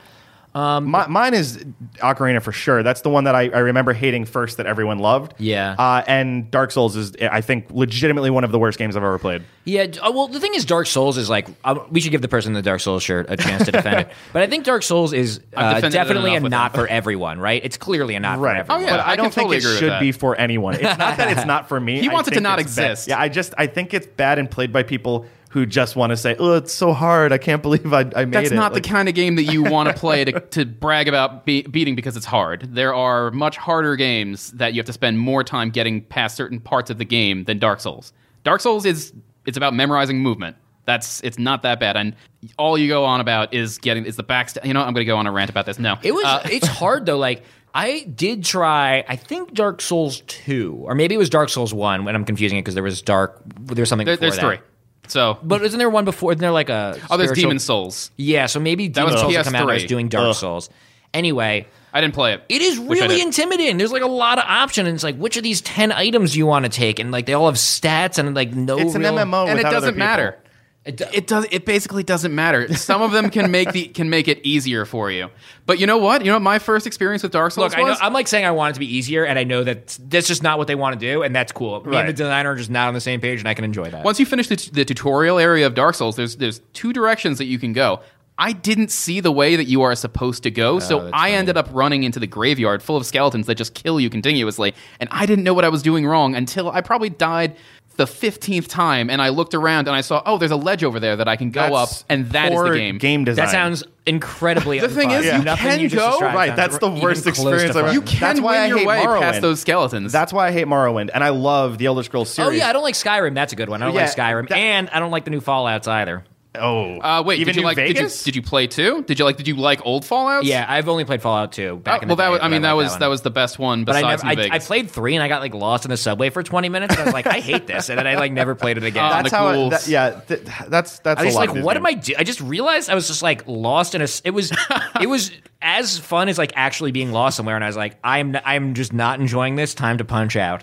Speaker 2: My, mine is Ocarina for sure. That's the one that I, I remember hating first that everyone loved.
Speaker 4: Yeah.
Speaker 2: Uh, and Dark Souls is, I think, legitimately one of the worst games I've ever played.
Speaker 4: Yeah. d- oh, Well, the thing is, Dark Souls is like uh, we should give the person in the Dark Souls shirt a chance to defend it. But I think Dark Souls is uh,
Speaker 3: defended it
Speaker 4: definitely
Speaker 3: enough
Speaker 4: a
Speaker 3: with
Speaker 4: not for everyone, right? Oh, It's clearly a not
Speaker 2: Right.
Speaker 4: for everyone.
Speaker 3: Oh, yeah.
Speaker 2: But I,
Speaker 3: I
Speaker 2: don't think
Speaker 3: can totally
Speaker 2: it
Speaker 3: agree with
Speaker 2: should
Speaker 3: that.
Speaker 2: be for anyone. It's not that it's not for me.
Speaker 3: He
Speaker 2: I
Speaker 3: wants it to
Speaker 2: think
Speaker 3: not
Speaker 2: it's bad.
Speaker 3: exist.
Speaker 2: Yeah, I just I think it's bad and played by people who just want to say, "Oh, it's so hard. I can't believe I, I made it."
Speaker 3: That's not
Speaker 2: Like,
Speaker 3: the kind of game that you want to play to, to brag about be- beating because it's hard. There are much harder games that you have to spend more time getting past certain parts of the game than Dark Souls. Dark Souls is it's about memorizing movement. That's it's not that bad, and all you go on about is getting is the backstab. You know, what? I'm going to go on a rant about this. Uh, No,
Speaker 4: It was. it's hard though. Like I did try. I think Dark Souls two, or maybe it was Dark Souls one. When I'm confusing it because there was Dark. There was something.
Speaker 3: there,
Speaker 4: before
Speaker 3: there's
Speaker 4: that.
Speaker 3: three. So
Speaker 4: But isn't there one before? Isn't there like a
Speaker 3: oh, there's
Speaker 4: spiritual-
Speaker 3: Demon Souls.
Speaker 4: Yeah, so maybe Demon
Speaker 3: was
Speaker 4: Souls will come out. and I was
Speaker 3: PS3.
Speaker 4: doing Dark
Speaker 2: Ugh.
Speaker 4: Souls. Anyway,
Speaker 3: I didn't play it.
Speaker 4: it is
Speaker 3: Wish I
Speaker 4: really
Speaker 3: did.
Speaker 4: intimidating. There's like a lot of options. And it's like which of these ten items do you want to take, and like they all have stats and like no.
Speaker 2: It's an
Speaker 4: real-
Speaker 2: MMO,
Speaker 3: and it
Speaker 2: Oh, without other
Speaker 3: doesn't
Speaker 2: people.
Speaker 3: matter.
Speaker 4: It do-
Speaker 3: It does. It basically doesn't matter. Some of them can make the can make it easier for you. But you know what? You know what my first experience with Dark Souls
Speaker 4: Look, I know,
Speaker 3: was.
Speaker 4: I'm like saying I want it to be easier, and I know that that's just not what they want to do, and that's cool. Me
Speaker 2: Right.
Speaker 4: and the designer are just not on the same page, and I can enjoy that.
Speaker 3: once you finish the, the tutorial area of Dark Souls, there's there's two directions that you can go. I didn't see the way that you are supposed to
Speaker 2: Oh,
Speaker 3: go, so I ended up running into the graveyard full of skeletons that just kill you continuously, and I didn't know what I was doing wrong until I probably died the 15th time and I looked around and I saw, "Oh, there's a ledge over there that I can go up," and that is the
Speaker 2: poor
Speaker 3: game.
Speaker 2: design.
Speaker 4: That sounds incredibly.
Speaker 3: The thing
Speaker 4: unfun.
Speaker 3: is, you
Speaker 4: Nothing
Speaker 3: can
Speaker 4: just
Speaker 3: go-
Speaker 4: described
Speaker 2: Oh, right.
Speaker 4: sounds
Speaker 2: That's the
Speaker 4: even
Speaker 2: worst
Speaker 4: close to
Speaker 2: experience I've
Speaker 4: fun.
Speaker 2: ever.
Speaker 3: You can
Speaker 2: that's why
Speaker 3: win
Speaker 2: I
Speaker 3: your
Speaker 2: hate
Speaker 3: way
Speaker 2: Morrowind.
Speaker 3: past those skeletons.
Speaker 2: That's why I hate Morrowind, and I love the Elder Scrolls
Speaker 4: Oh
Speaker 2: series.
Speaker 4: yeah, I don't like Skyrim. That's a good one. I don't
Speaker 2: Yeah,
Speaker 4: like Skyrim,
Speaker 2: that-
Speaker 4: and I don't like the new Fallout's either.
Speaker 2: Oh,
Speaker 3: Uh, wait,
Speaker 2: even
Speaker 3: did you
Speaker 2: New
Speaker 3: like? Did you,
Speaker 2: Vegas?
Speaker 3: did you play two? Did you like? Did you like old Fallout? Oh,
Speaker 4: Yeah, I've only played Fallout two. Back in
Speaker 3: well,
Speaker 4: the
Speaker 3: that
Speaker 4: day,
Speaker 3: was. I
Speaker 4: but
Speaker 3: mean, that
Speaker 4: like
Speaker 3: was
Speaker 4: one.
Speaker 3: that was the best one
Speaker 4: But I,
Speaker 3: besides
Speaker 4: never, I,
Speaker 3: New
Speaker 4: I
Speaker 3: Vegas.
Speaker 4: played three and I got like lost in the subway for twenty minutes. And I was like, I hate this, and then I like never played it again.
Speaker 3: Uh, on
Speaker 2: that's
Speaker 3: the
Speaker 2: how.
Speaker 3: ghouls.
Speaker 2: It, that, yeah, th- that's that's.
Speaker 4: I was
Speaker 2: a
Speaker 4: just
Speaker 2: lot
Speaker 4: like,
Speaker 2: of these
Speaker 4: what am I
Speaker 2: games.
Speaker 4: do? I just realized I was just like lost in a. s- It was, it was as fun as like actually being lost somewhere, and I was like, I'm, I'm just not enjoying this. Time to punch out.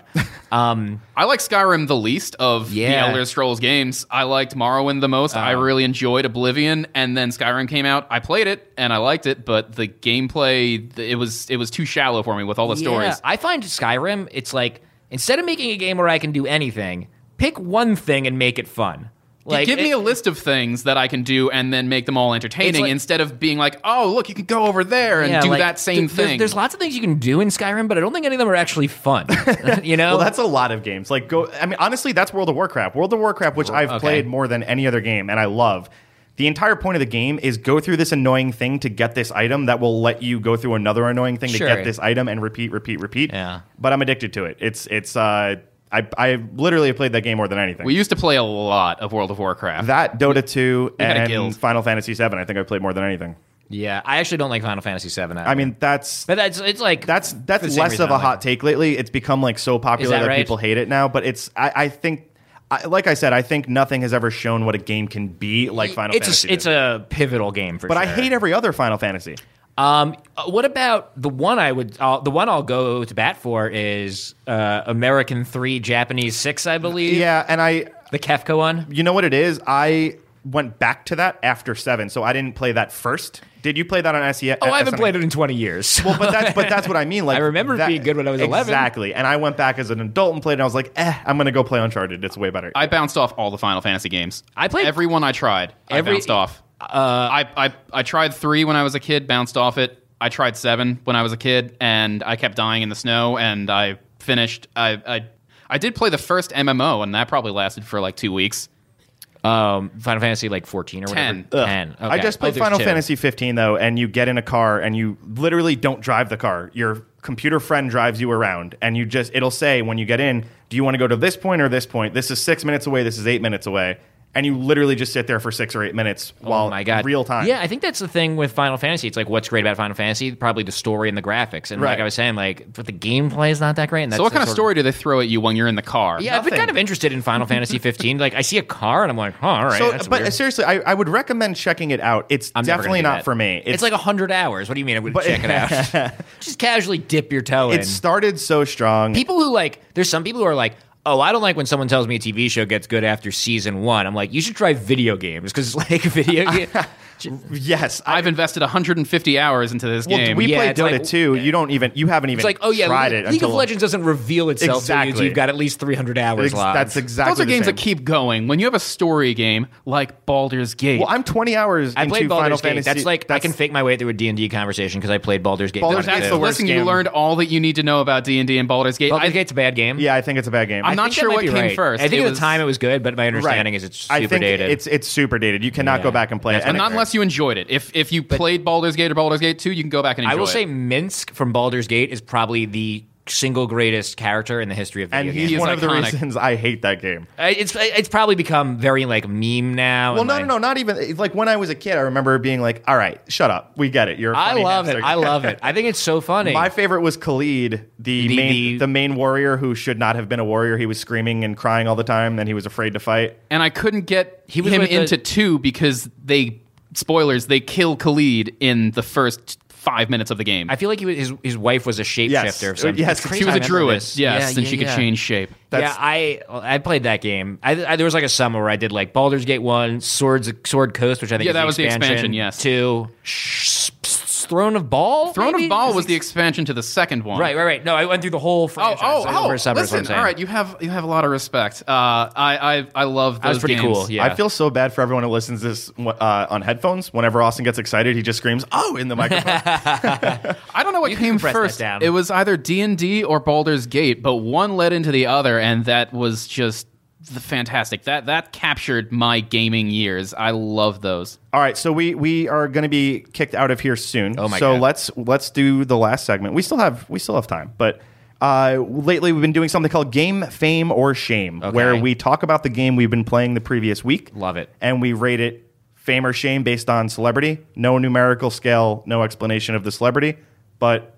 Speaker 4: Um,
Speaker 3: I like Skyrim the least of the
Speaker 4: Yeah. Uh.
Speaker 3: Elder Scrolls games. I liked Morrowind the most. I really enjoyed Oblivion, and then Skyrim came out. I played it and I liked it, but the gameplay th- it was it was too shallow for me with all the
Speaker 4: Yeah,
Speaker 3: stories.
Speaker 4: I find Skyrim, it's like instead of making a game where I can do anything, pick one thing and make it fun. Like
Speaker 3: Give me
Speaker 4: it-
Speaker 3: a list of things that I can do and then make them all entertaining
Speaker 4: like-
Speaker 3: instead of being like, oh, look, you can go over there and
Speaker 4: yeah,
Speaker 3: do
Speaker 4: like,
Speaker 3: that same
Speaker 4: th- there's-
Speaker 3: thing.
Speaker 4: There's lots of things you can do in Skyrim, but I don't think any of them are actually fun. you know?
Speaker 2: Well, that's a lot of games. Like, go. I mean, honestly, that's World of Warcraft. World of Warcraft, which I've
Speaker 4: okay.
Speaker 2: played more than any other game, and I love. The entire point of the game is go through this annoying thing to get this item that will let you go through another annoying thing
Speaker 4: Sure.
Speaker 2: to get this item and repeat, repeat, repeat.
Speaker 4: Yeah.
Speaker 2: But I'm addicted to it. It's it's. Uh, I I literally have played that game more than anything.
Speaker 3: we used to play a lot of World of Warcraft.
Speaker 2: that Dota 2
Speaker 3: had a
Speaker 2: and
Speaker 3: guild.
Speaker 2: Final Fantasy 7. I think I played more than anything.
Speaker 4: yeah, I actually don't like Final Fantasy VII.
Speaker 2: I mean, that's
Speaker 4: but that's it's like
Speaker 2: that's
Speaker 4: for the
Speaker 2: that's
Speaker 4: same
Speaker 2: less
Speaker 4: reason
Speaker 2: of a
Speaker 4: I like
Speaker 2: hot take lately. It's become like so popular
Speaker 4: that
Speaker 2: that,
Speaker 4: right?
Speaker 2: people hate it now. But it's I, I think, I, like I said, I think nothing has ever shown what a game can be like Final
Speaker 4: it's
Speaker 2: Fantasy.
Speaker 4: a, it's
Speaker 2: did.
Speaker 4: a pivotal game for
Speaker 2: but
Speaker 4: sure.
Speaker 2: I hate every other Final Fantasy.
Speaker 4: Um, uh, what about the one I would uh, the one I'll go to bat for is uh, American three, Japanese six, I believe.
Speaker 2: Yeah, and I,
Speaker 4: the Kefka one.
Speaker 2: you know what it is, I went back to that after seven, so I didn't play that first. Did you play that on E SES?
Speaker 4: Oh, I haven't played it in twenty years.
Speaker 2: Well, but that's but that's what I mean. Like
Speaker 4: I remember it
Speaker 2: that-
Speaker 4: being good when I was 11.
Speaker 2: Exactly, and I went back as an adult and played, it, and I was like, eh, I'm gonna go play Uncharted. It's way better.
Speaker 3: I bounced off all the Final Fantasy games.
Speaker 4: I played-
Speaker 3: every one I tried.
Speaker 4: Every-
Speaker 3: I bounced off. I, I I tried three when I was a kid. Bounced off it. I tried seven when I was a kid, and I kept dying in the snow. And I finished. I I, I did play the first MMO, and that probably lasted for like two weeks.
Speaker 4: um, Final Fantasy like fourteen or
Speaker 3: Ten.
Speaker 4: whatever.
Speaker 2: Ugh.
Speaker 4: Ten. Okay.
Speaker 2: I just played
Speaker 4: Oh, there's
Speaker 2: Final
Speaker 4: two.
Speaker 2: Fantasy 15 though, and you get in a car and you literally don't drive the car. Your computer friend drives you around, and you just it'll say when you get in, do you want to go to this point or this point? This is six minutes away. This is eight minutes away, and you literally just sit there for six or eight minutes while
Speaker 4: Oh my god,
Speaker 2: real time.
Speaker 4: Yeah, I think that's the thing with Final Fantasy. It's like what's great about Final Fantasy? Probably the story and the graphics. And like
Speaker 2: Right.
Speaker 4: I was saying, like but the gameplay is not that great. And that's
Speaker 3: so what
Speaker 4: the
Speaker 3: kind of
Speaker 4: sort
Speaker 3: story do they throw at you when you're in the car?
Speaker 4: Yeah, I've been
Speaker 2: Nothing.
Speaker 4: kind of interested in Final Fantasy 15. Like I see a car and I'm like, huh, all right.
Speaker 2: So,
Speaker 4: that's
Speaker 2: but
Speaker 4: weird.
Speaker 2: seriously, I, I would recommend checking it out. It's
Speaker 4: I'm never gonna
Speaker 2: definitely
Speaker 4: do
Speaker 2: not
Speaker 4: that.
Speaker 2: for me.
Speaker 4: It's, like like hundred hours. What do you mean? I would
Speaker 2: But-
Speaker 4: check it out. Just casually dip your toe in.
Speaker 2: it started so strong.
Speaker 4: people who like, there's some people who are like, oh, I don't like when someone tells me a TV show gets good after season one. I'm like, you should try video games because like video game.
Speaker 2: yes, I,
Speaker 3: I've invested 150 hours into this
Speaker 2: well,
Speaker 3: game.
Speaker 2: we
Speaker 4: Yeah,
Speaker 2: played
Speaker 4: it's
Speaker 2: Dota
Speaker 4: like-
Speaker 2: 2. You don't even you haven't even
Speaker 4: It's like, oh yeah,
Speaker 2: tried
Speaker 4: League,
Speaker 2: it
Speaker 4: League of
Speaker 2: until-
Speaker 4: Legends doesn't reveal itself exactly.
Speaker 2: Exactly.
Speaker 4: you've got at least 300 hours
Speaker 2: Ex-
Speaker 4: locked.
Speaker 2: That's exactly.
Speaker 3: Those are
Speaker 2: the
Speaker 3: games
Speaker 2: same.
Speaker 3: that keep going. When you have a story game like Baldur's Gate,
Speaker 2: Well, I'm 20 hours
Speaker 4: I
Speaker 2: into
Speaker 4: played
Speaker 2: Final
Speaker 4: Baldur's Gate.
Speaker 2: Fantasy.
Speaker 4: That's like I can fake my way through a D and D conversation because I played Baldur's Gate.
Speaker 2: Baldur's
Speaker 4: one and
Speaker 2: Gate's
Speaker 4: two.
Speaker 2: the worst
Speaker 3: listen, you
Speaker 2: game.
Speaker 3: learned all that you need to know about D and D and Baldur's Gate.
Speaker 4: Baldur's
Speaker 3: I-
Speaker 4: Gate's a bad game.
Speaker 2: yeah, I think it's a bad game.
Speaker 3: I'm
Speaker 2: I
Speaker 3: not
Speaker 2: think-
Speaker 4: think that
Speaker 3: sure
Speaker 4: might
Speaker 3: what
Speaker 4: be
Speaker 3: came first.
Speaker 4: I think
Speaker 3: It
Speaker 4: at
Speaker 3: was-
Speaker 4: the time it was good, but my
Speaker 2: right.
Speaker 4: understanding is it's super
Speaker 2: I think
Speaker 4: dated.
Speaker 2: It's it's super dated. You cannot
Speaker 4: Yeah.
Speaker 2: go back and play
Speaker 4: That's
Speaker 2: it. And
Speaker 4: when it
Speaker 3: Not unless you enjoyed it. If if you played Baldur's Gate or Baldur's Gate 2, you can go back and enjoy
Speaker 4: I will
Speaker 3: it.
Speaker 4: say Minsk from Baldur's Gate is probably the single greatest character in the history of
Speaker 2: and
Speaker 4: video
Speaker 2: he's
Speaker 4: games.
Speaker 2: one
Speaker 3: is
Speaker 2: of the
Speaker 3: iconic.
Speaker 2: reasons I hate that game.
Speaker 4: I- It's uh, it's probably become very like meme now.
Speaker 2: Well,
Speaker 4: and,
Speaker 2: no, no,
Speaker 4: like-
Speaker 2: no, not even. It's like when I was a kid, I remember being like, "All right, shut up. We get it. You're." a
Speaker 4: I
Speaker 2: funny
Speaker 4: love it.
Speaker 2: hamster."
Speaker 4: I love it. I think it's so funny.
Speaker 2: My favorite was Khalid, the,
Speaker 4: The-
Speaker 2: main
Speaker 4: the-
Speaker 2: the main warrior who should not have been a warrior. He was screaming and crying all the time, and he was afraid to fight.
Speaker 3: and I couldn't get
Speaker 4: He was
Speaker 3: him
Speaker 4: with the-
Speaker 3: into two because they spoilers they kill Khalid in the first five minutes of the game.
Speaker 4: I feel like he was, his his wife was a shapeshifter or something.
Speaker 2: Yes.
Speaker 4: It's crazy.
Speaker 3: she was
Speaker 4: I
Speaker 3: a
Speaker 4: remember
Speaker 3: druid,
Speaker 4: this.
Speaker 3: yes,
Speaker 4: Yeah,
Speaker 3: and
Speaker 4: yeah,
Speaker 3: she could
Speaker 4: yeah.
Speaker 3: change shape.
Speaker 2: That's-
Speaker 4: yeah, I I played that game. I, I there was like a summer where I did like Baldur's Gate one, Swords Sword Coast, which I think
Speaker 3: Yeah,
Speaker 4: is
Speaker 3: that was the
Speaker 4: expansion,
Speaker 3: expansion, yes.
Speaker 4: two, Sh- Throne of Ball.
Speaker 3: Throne
Speaker 4: maybe?
Speaker 3: of Ball was the expansion to the second one.
Speaker 4: Right, right, right. No, I went through the whole
Speaker 3: Oh,
Speaker 4: franchise.
Speaker 3: oh,
Speaker 4: like,
Speaker 3: oh!
Speaker 4: over a summer, is what I'm
Speaker 3: listen,
Speaker 4: saying.
Speaker 3: all right, you have you have a lot of respect. Uh, I, I I love those.
Speaker 4: That was pretty
Speaker 3: games.
Speaker 4: cool. Yeah,
Speaker 2: I feel so bad for everyone who listens to this uh, on headphones. Whenever Austin gets excited, he just screams "Oh!" in the microphone.
Speaker 3: I don't know what
Speaker 4: You can
Speaker 3: came
Speaker 4: compress that
Speaker 3: first.
Speaker 4: down.
Speaker 3: It was either D and D or Baldur's Gate, but one led into the other, and that was just the fantastic. That that captured my gaming years. I love those.
Speaker 2: All right, so we we are going to be kicked out of here soon.
Speaker 4: Oh my
Speaker 2: so
Speaker 4: God.
Speaker 2: let's let's do the last segment. We still have we still have time, but. Uh, lately, we've been doing something called Game Fame or Shame, where we talk about the game we've been playing the previous week.
Speaker 4: Love it.
Speaker 2: And we rate it fame or shame based on celebrity. No numerical scale, no explanation of the celebrity, but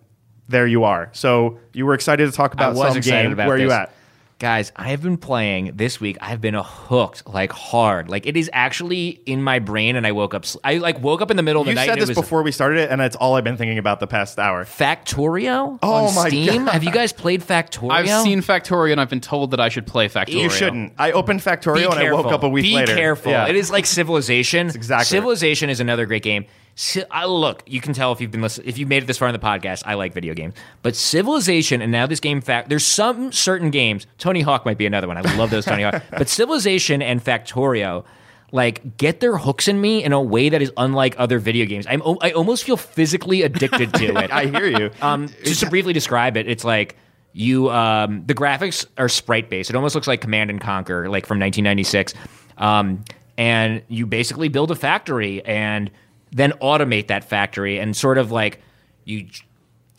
Speaker 2: there you are. So you were excited to talk
Speaker 3: uh,
Speaker 4: I
Speaker 2: about
Speaker 4: was
Speaker 2: some
Speaker 4: excited
Speaker 2: game.
Speaker 4: about
Speaker 2: where are you
Speaker 4: this.
Speaker 2: at?
Speaker 4: Guys, I've been playing this week. I've been hooked like hard. Like it is actually in my brain, and I woke up. sl- I like woke up in the middle of the
Speaker 2: You
Speaker 4: night.
Speaker 2: said
Speaker 4: and it
Speaker 2: this
Speaker 4: was
Speaker 2: before we started it, and that's all I've been thinking about the past hour.
Speaker 4: Factorio
Speaker 2: Oh
Speaker 4: on
Speaker 2: my
Speaker 4: Steam.
Speaker 2: God.
Speaker 4: Have you guys played Factorio?
Speaker 3: I've seen Factorio, and I've been told that I should play Factorio.
Speaker 2: You shouldn't. I opened Factorio
Speaker 4: Be
Speaker 2: and I woke
Speaker 4: careful.
Speaker 2: up a week
Speaker 4: Be
Speaker 2: later.
Speaker 4: careful.
Speaker 2: Yeah.
Speaker 4: It is like Civilization.
Speaker 2: exactly-
Speaker 4: Civilization is another great game. Ci- I- look, you can tell if you've been listening, if you've made it this far in the podcast. I like video games, but Civilization and now this game fact. There's some certain games. Tony Hawk might be another one. I love those Tony Hawk. But Civilization and Factorio. Like get their hooks in me in a way that is unlike other video games. I'm o- I almost feel physically addicted to it.
Speaker 2: I hear you.
Speaker 4: Um, just to briefly describe it, it's like you um, the graphics are sprite based. It almost looks like Command and Conquer, like from 1996. Um, and you basically build a factory and then automate that factory and sort of like you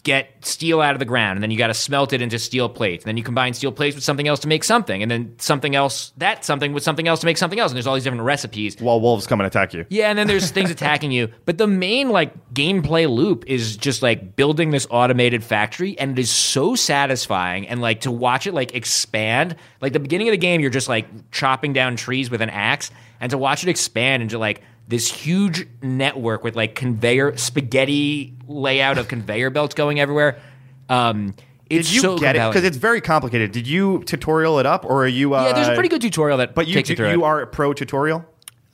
Speaker 4: get steel out of the ground and then you got to smelt it into steel plates and then you combine steel plates with something else to make something and then something else that something with something else to make something else and there's all these different recipes
Speaker 2: While wolves come and attack you.
Speaker 4: yeah, and then there's things attacking you. But the main like gameplay loop is just like building this automated factory, and it is so satisfying. And like to watch it like expand, like the beginning of the game, you're just like chopping down trees with an axe, and to watch it expand into like this huge network with like conveyor spaghetti layout of conveyor belts going everywhere. Um, it's
Speaker 2: Did you
Speaker 4: so
Speaker 2: get it?
Speaker 4: compelling.
Speaker 2: Because it's very complicated. Did you tutorial it up, or are you? Uh,
Speaker 4: yeah, there's a pretty good tutorial that
Speaker 2: But you
Speaker 4: takes
Speaker 2: do,
Speaker 4: you through.
Speaker 2: you
Speaker 4: it.
Speaker 2: are a pro tutorial.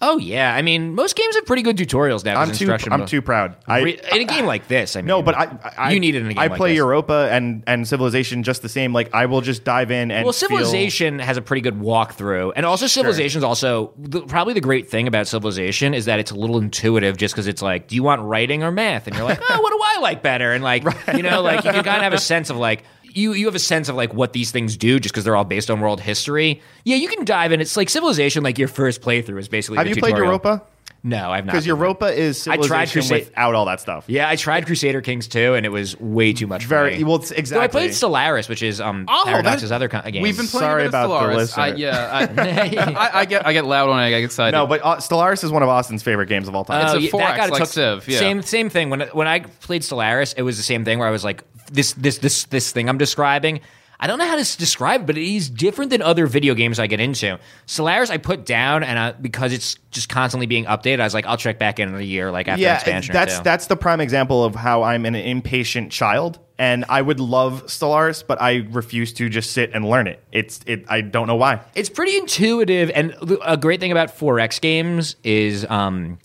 Speaker 4: oh yeah, I mean most games have pretty good tutorials now. 'cause
Speaker 2: I'm too.
Speaker 4: instruction
Speaker 2: I'm
Speaker 4: book-
Speaker 2: too proud. I,
Speaker 4: Re- in a game like this, I mean,
Speaker 2: no, but I, I
Speaker 4: you need it in a game.
Speaker 2: I
Speaker 4: like
Speaker 2: play
Speaker 4: this.
Speaker 2: Europa and and Civilization just the same. Like I will just dive in and
Speaker 4: Well,
Speaker 2: feel-
Speaker 4: Civilization has a pretty good walkthrough, and also Civilization's also the, probably the great thing about Civilization is that it's a little intuitive, just because it's like, do you want writing or math? And you're like, oh, what do I like better? And like, you know, like you can kind of have a sense of like. You, you have a sense of like what these things do just because they're all based on world history. Yeah, you can dive in. It's like Civilization. Like your first playthrough is basically.
Speaker 2: Have
Speaker 4: the
Speaker 2: you played
Speaker 4: tutorial.
Speaker 2: Europa?
Speaker 4: No, I've not.
Speaker 2: Because Europa is
Speaker 4: I
Speaker 2: Civilization
Speaker 4: tried Crusade-
Speaker 2: without all that stuff.
Speaker 4: Yeah, I tried Crusader Kings 2, and it was way too much.
Speaker 2: Very-
Speaker 4: for me.
Speaker 2: well, it's-
Speaker 4: Though I
Speaker 2: exactly.
Speaker 4: played Stellaris, which is um
Speaker 3: Oh,
Speaker 4: Paradox's
Speaker 3: that-
Speaker 4: other co- game.
Speaker 3: We've been playing
Speaker 2: Sorry
Speaker 3: a bit of
Speaker 2: about the
Speaker 3: Stellaris. I,
Speaker 2: listener.
Speaker 3: yeah, I, I, I get I get loud when I get excited.
Speaker 2: No, but uh, Stellaris is one of Austin's favorite games of all time. Um,
Speaker 3: It's a
Speaker 4: Oh, yeah,
Speaker 3: 4X,
Speaker 4: gotta
Speaker 3: like
Speaker 4: took-
Speaker 3: Civ, yeah.
Speaker 4: Same same thing. When when I played Stellaris, it was the same thing where I was like, this this this this thing I'm describing. I don't know how to s- describe, it, but it is different than other video games I get into. Stellaris, I put down, and I, because it's just constantly being updated, I was like, I'll check back in in a year, like after
Speaker 2: yeah,
Speaker 4: expansion. or
Speaker 2: that's
Speaker 4: two.
Speaker 2: that's the prime example of how I'm an impatient child, and I would love Stellaris, but I refuse to just sit and learn it. It's it. I don't know why.
Speaker 4: It's pretty intuitive, and th- a great thing about 4X games is um,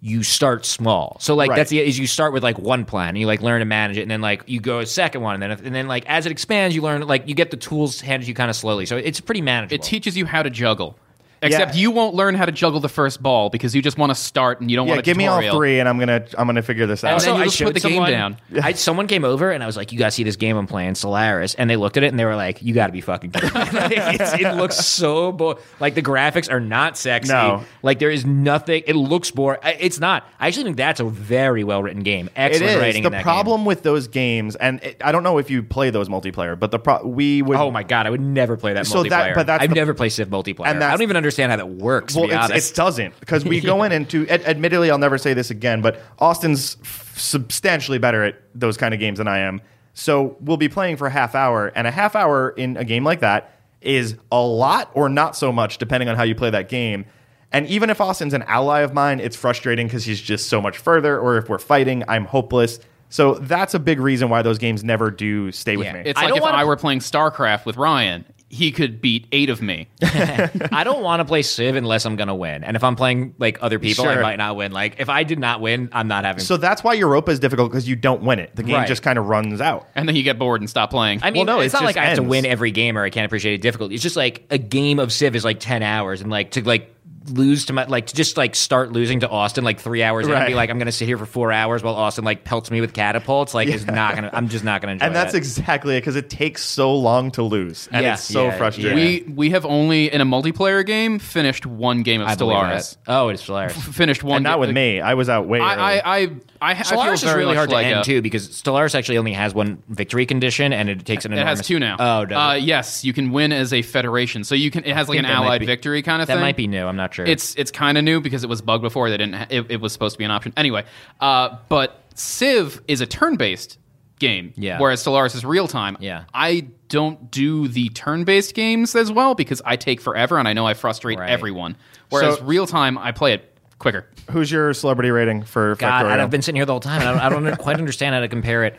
Speaker 4: you start small. So like
Speaker 2: Right.
Speaker 4: that's the is you start with like one plan, and you like learn to manage it, and then like you go a second one, and then and then like as it expands, you learn like you get the tools handed to you kind of slowly. So it's pretty manageable.
Speaker 3: It teaches you how to juggle. Except you won't learn how to juggle the first ball because you just want to start and you don't
Speaker 2: Yeah,
Speaker 3: want a
Speaker 2: give me all
Speaker 3: tutorial.
Speaker 2: three, and I'm gonna I'm gonna figure this out.
Speaker 3: then
Speaker 4: also,
Speaker 3: you
Speaker 4: I
Speaker 3: just put
Speaker 4: showed
Speaker 3: the game
Speaker 4: someone-
Speaker 3: down.
Speaker 4: I, someone came over and I was like, "You got to see this game I'm playing, Solaris." And they looked at it and they were like, "You got to be fucking kidding me!" Like, it's- it looks so bo- like the graphics are not sexy.
Speaker 2: No.
Speaker 4: like there is nothing. It looks boring. It's not. I actually think that's a very well written game. Excellent writing.
Speaker 2: The
Speaker 4: in that
Speaker 2: problem with those games, and it, I don't know if you play those multiplayer, but the pro- we would.
Speaker 4: Game. Oh my god, I would never play that
Speaker 2: So
Speaker 4: multiplayer.
Speaker 2: that- but that's
Speaker 4: I've
Speaker 2: the-
Speaker 4: never played Civ multiplayer.
Speaker 2: And
Speaker 4: I
Speaker 2: that's-
Speaker 4: don't even understand how that works.
Speaker 2: Well,
Speaker 4: to be
Speaker 2: it's,
Speaker 4: honest.
Speaker 2: it doesn't because we go in into. Ad- admittedly, I'll never say this again, but Austin's f- substantially better at those kind of games than I am. So we'll be playing for a half hour, and a half hour in a game like that is a lot or not so much, depending on how you play that game. And even if Austin's an ally of mine, it's frustrating because he's just so much further. Or if we're fighting, I'm hopeless. So that's a big reason why those games never do stay with
Speaker 4: Yeah.
Speaker 2: me.
Speaker 3: It's
Speaker 4: I
Speaker 3: like
Speaker 4: don't
Speaker 3: if
Speaker 4: wanna-
Speaker 3: I were playing StarCraft with Ryan. he could beat eight of me.
Speaker 4: I don't want to play Civ unless I'm gonna win, and if I'm playing like other people, I
Speaker 2: Sure.
Speaker 4: might not win. Like if I did not win, I'm not having.
Speaker 2: So that's why Europa is difficult because you don't win it. The game
Speaker 4: Right.
Speaker 2: just kind of runs out.
Speaker 3: and then you get bored and stop playing.
Speaker 4: I mean,
Speaker 2: Well, no,
Speaker 4: it's
Speaker 2: it
Speaker 4: not like
Speaker 2: just
Speaker 4: I have to
Speaker 2: ends.
Speaker 4: win every game or I can't appreciate it difficult. It's just like a game of Civ is like ten hours, and like to like lose to my like to just like start losing to Austin like three hours in and
Speaker 2: Right.
Speaker 4: be like I'm gonna sit here for four hours while Austin like pelts me with catapults. Like is not gonna. I'm just not gonna enjoy.
Speaker 2: And that's
Speaker 4: that.
Speaker 2: exactly it because it takes so long to lose. And
Speaker 4: Yeah.
Speaker 2: it's so
Speaker 4: Yeah,
Speaker 2: frustrating.
Speaker 4: yeah.
Speaker 3: we we have only in a multiplayer game finished one game of
Speaker 4: I believe
Speaker 3: Stellaris.
Speaker 4: that. Oh, it's Stellaris.
Speaker 3: F- Finished one.
Speaker 2: and not
Speaker 3: ga-
Speaker 2: with
Speaker 3: like,
Speaker 2: me. I was out way early.
Speaker 3: I I I, I, I feel
Speaker 4: Stellaris is
Speaker 3: very
Speaker 4: really
Speaker 3: much
Speaker 4: hard
Speaker 3: like
Speaker 4: to end
Speaker 3: a-
Speaker 4: too because Stellaris actually only has one victory condition and it takes an.
Speaker 3: It
Speaker 4: enormous,
Speaker 3: has two now.
Speaker 4: Oh, does
Speaker 3: uh,
Speaker 4: it?
Speaker 3: yes, you can win as a federation. So you can. It has like an
Speaker 4: think that might
Speaker 3: allied
Speaker 4: be-
Speaker 3: victory kind of
Speaker 4: that
Speaker 3: thing.
Speaker 4: might be new. I'm not sure.
Speaker 3: It's it's kind of new because it was bugged before. They didn't. Ha- it, it was supposed to be an option anyway. Uh, but Civ is a turn-based game,
Speaker 4: Yeah.
Speaker 3: whereas Stellaris is real time.
Speaker 4: Yeah.
Speaker 3: I don't do the turn-based games as well because I take forever and I know I frustrate
Speaker 4: Right.
Speaker 3: everyone. Whereas
Speaker 2: So-
Speaker 3: real time, I play it quicker.
Speaker 2: Who's your celebrity rating for
Speaker 4: God,
Speaker 2: Factorial?
Speaker 4: and I've been sitting here the whole time. And I don't, I don't quite understand how to compare it.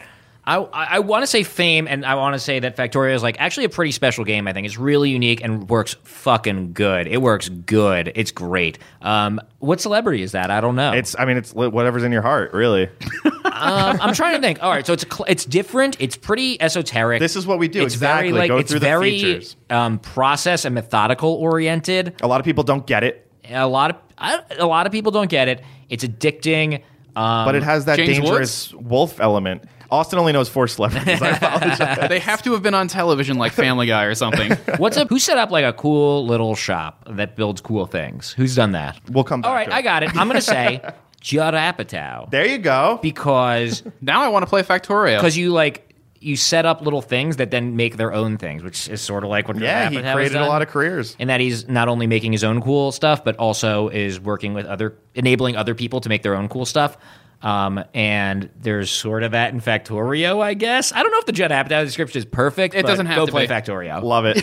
Speaker 4: I, I, I want to say Fame, and I want to say that Factorio is like actually a pretty special game. I think it's really unique and works fucking good. It works good. It's great. Um, what celebrity is that? I don't know.
Speaker 2: it's I mean it's li- whatever's in your heart, really.
Speaker 4: um, I'm trying to think. All right, so it's cl- it's different. It's pretty esoteric.
Speaker 2: This is what we do,
Speaker 4: It's
Speaker 2: exactly.
Speaker 4: Very, like,
Speaker 2: Go
Speaker 4: it's
Speaker 2: through the
Speaker 4: very,
Speaker 2: features.
Speaker 4: Um, process and methodical oriented.
Speaker 2: A lot of people don't get it,
Speaker 4: A lot of I, a lot of people don't get it. It's addicting. Um,
Speaker 2: but it has that
Speaker 3: James
Speaker 2: dangerous wolf element. Austin only knows four celebrities. I apologize.
Speaker 3: they have to have been on television like Family Guy or something.
Speaker 4: What's up? Who set up like a cool little shop that builds cool things? Who's done that?
Speaker 2: We'll come back.
Speaker 4: All right,
Speaker 2: to it.
Speaker 4: I got it. I'm gonna say Judd Apatow
Speaker 2: There you go.
Speaker 4: because
Speaker 3: now I want to play Factorio.
Speaker 4: because you like you set up little things that then make their own things, which is sort of like what Judd
Speaker 2: yeah,
Speaker 4: Apatow
Speaker 2: he
Speaker 4: has
Speaker 2: created a
Speaker 4: done.
Speaker 2: lot of careers.
Speaker 4: And that he's not only making his own cool stuff, but also is working with other, enabling other people to make their own cool stuff. Um, and there's sort of that in Factorio, I guess. I don't know if the Judd Apatow description is perfect.
Speaker 3: It
Speaker 4: but
Speaker 3: doesn't have
Speaker 4: go
Speaker 3: to
Speaker 4: play
Speaker 3: be.
Speaker 4: Factorio.
Speaker 2: Love it.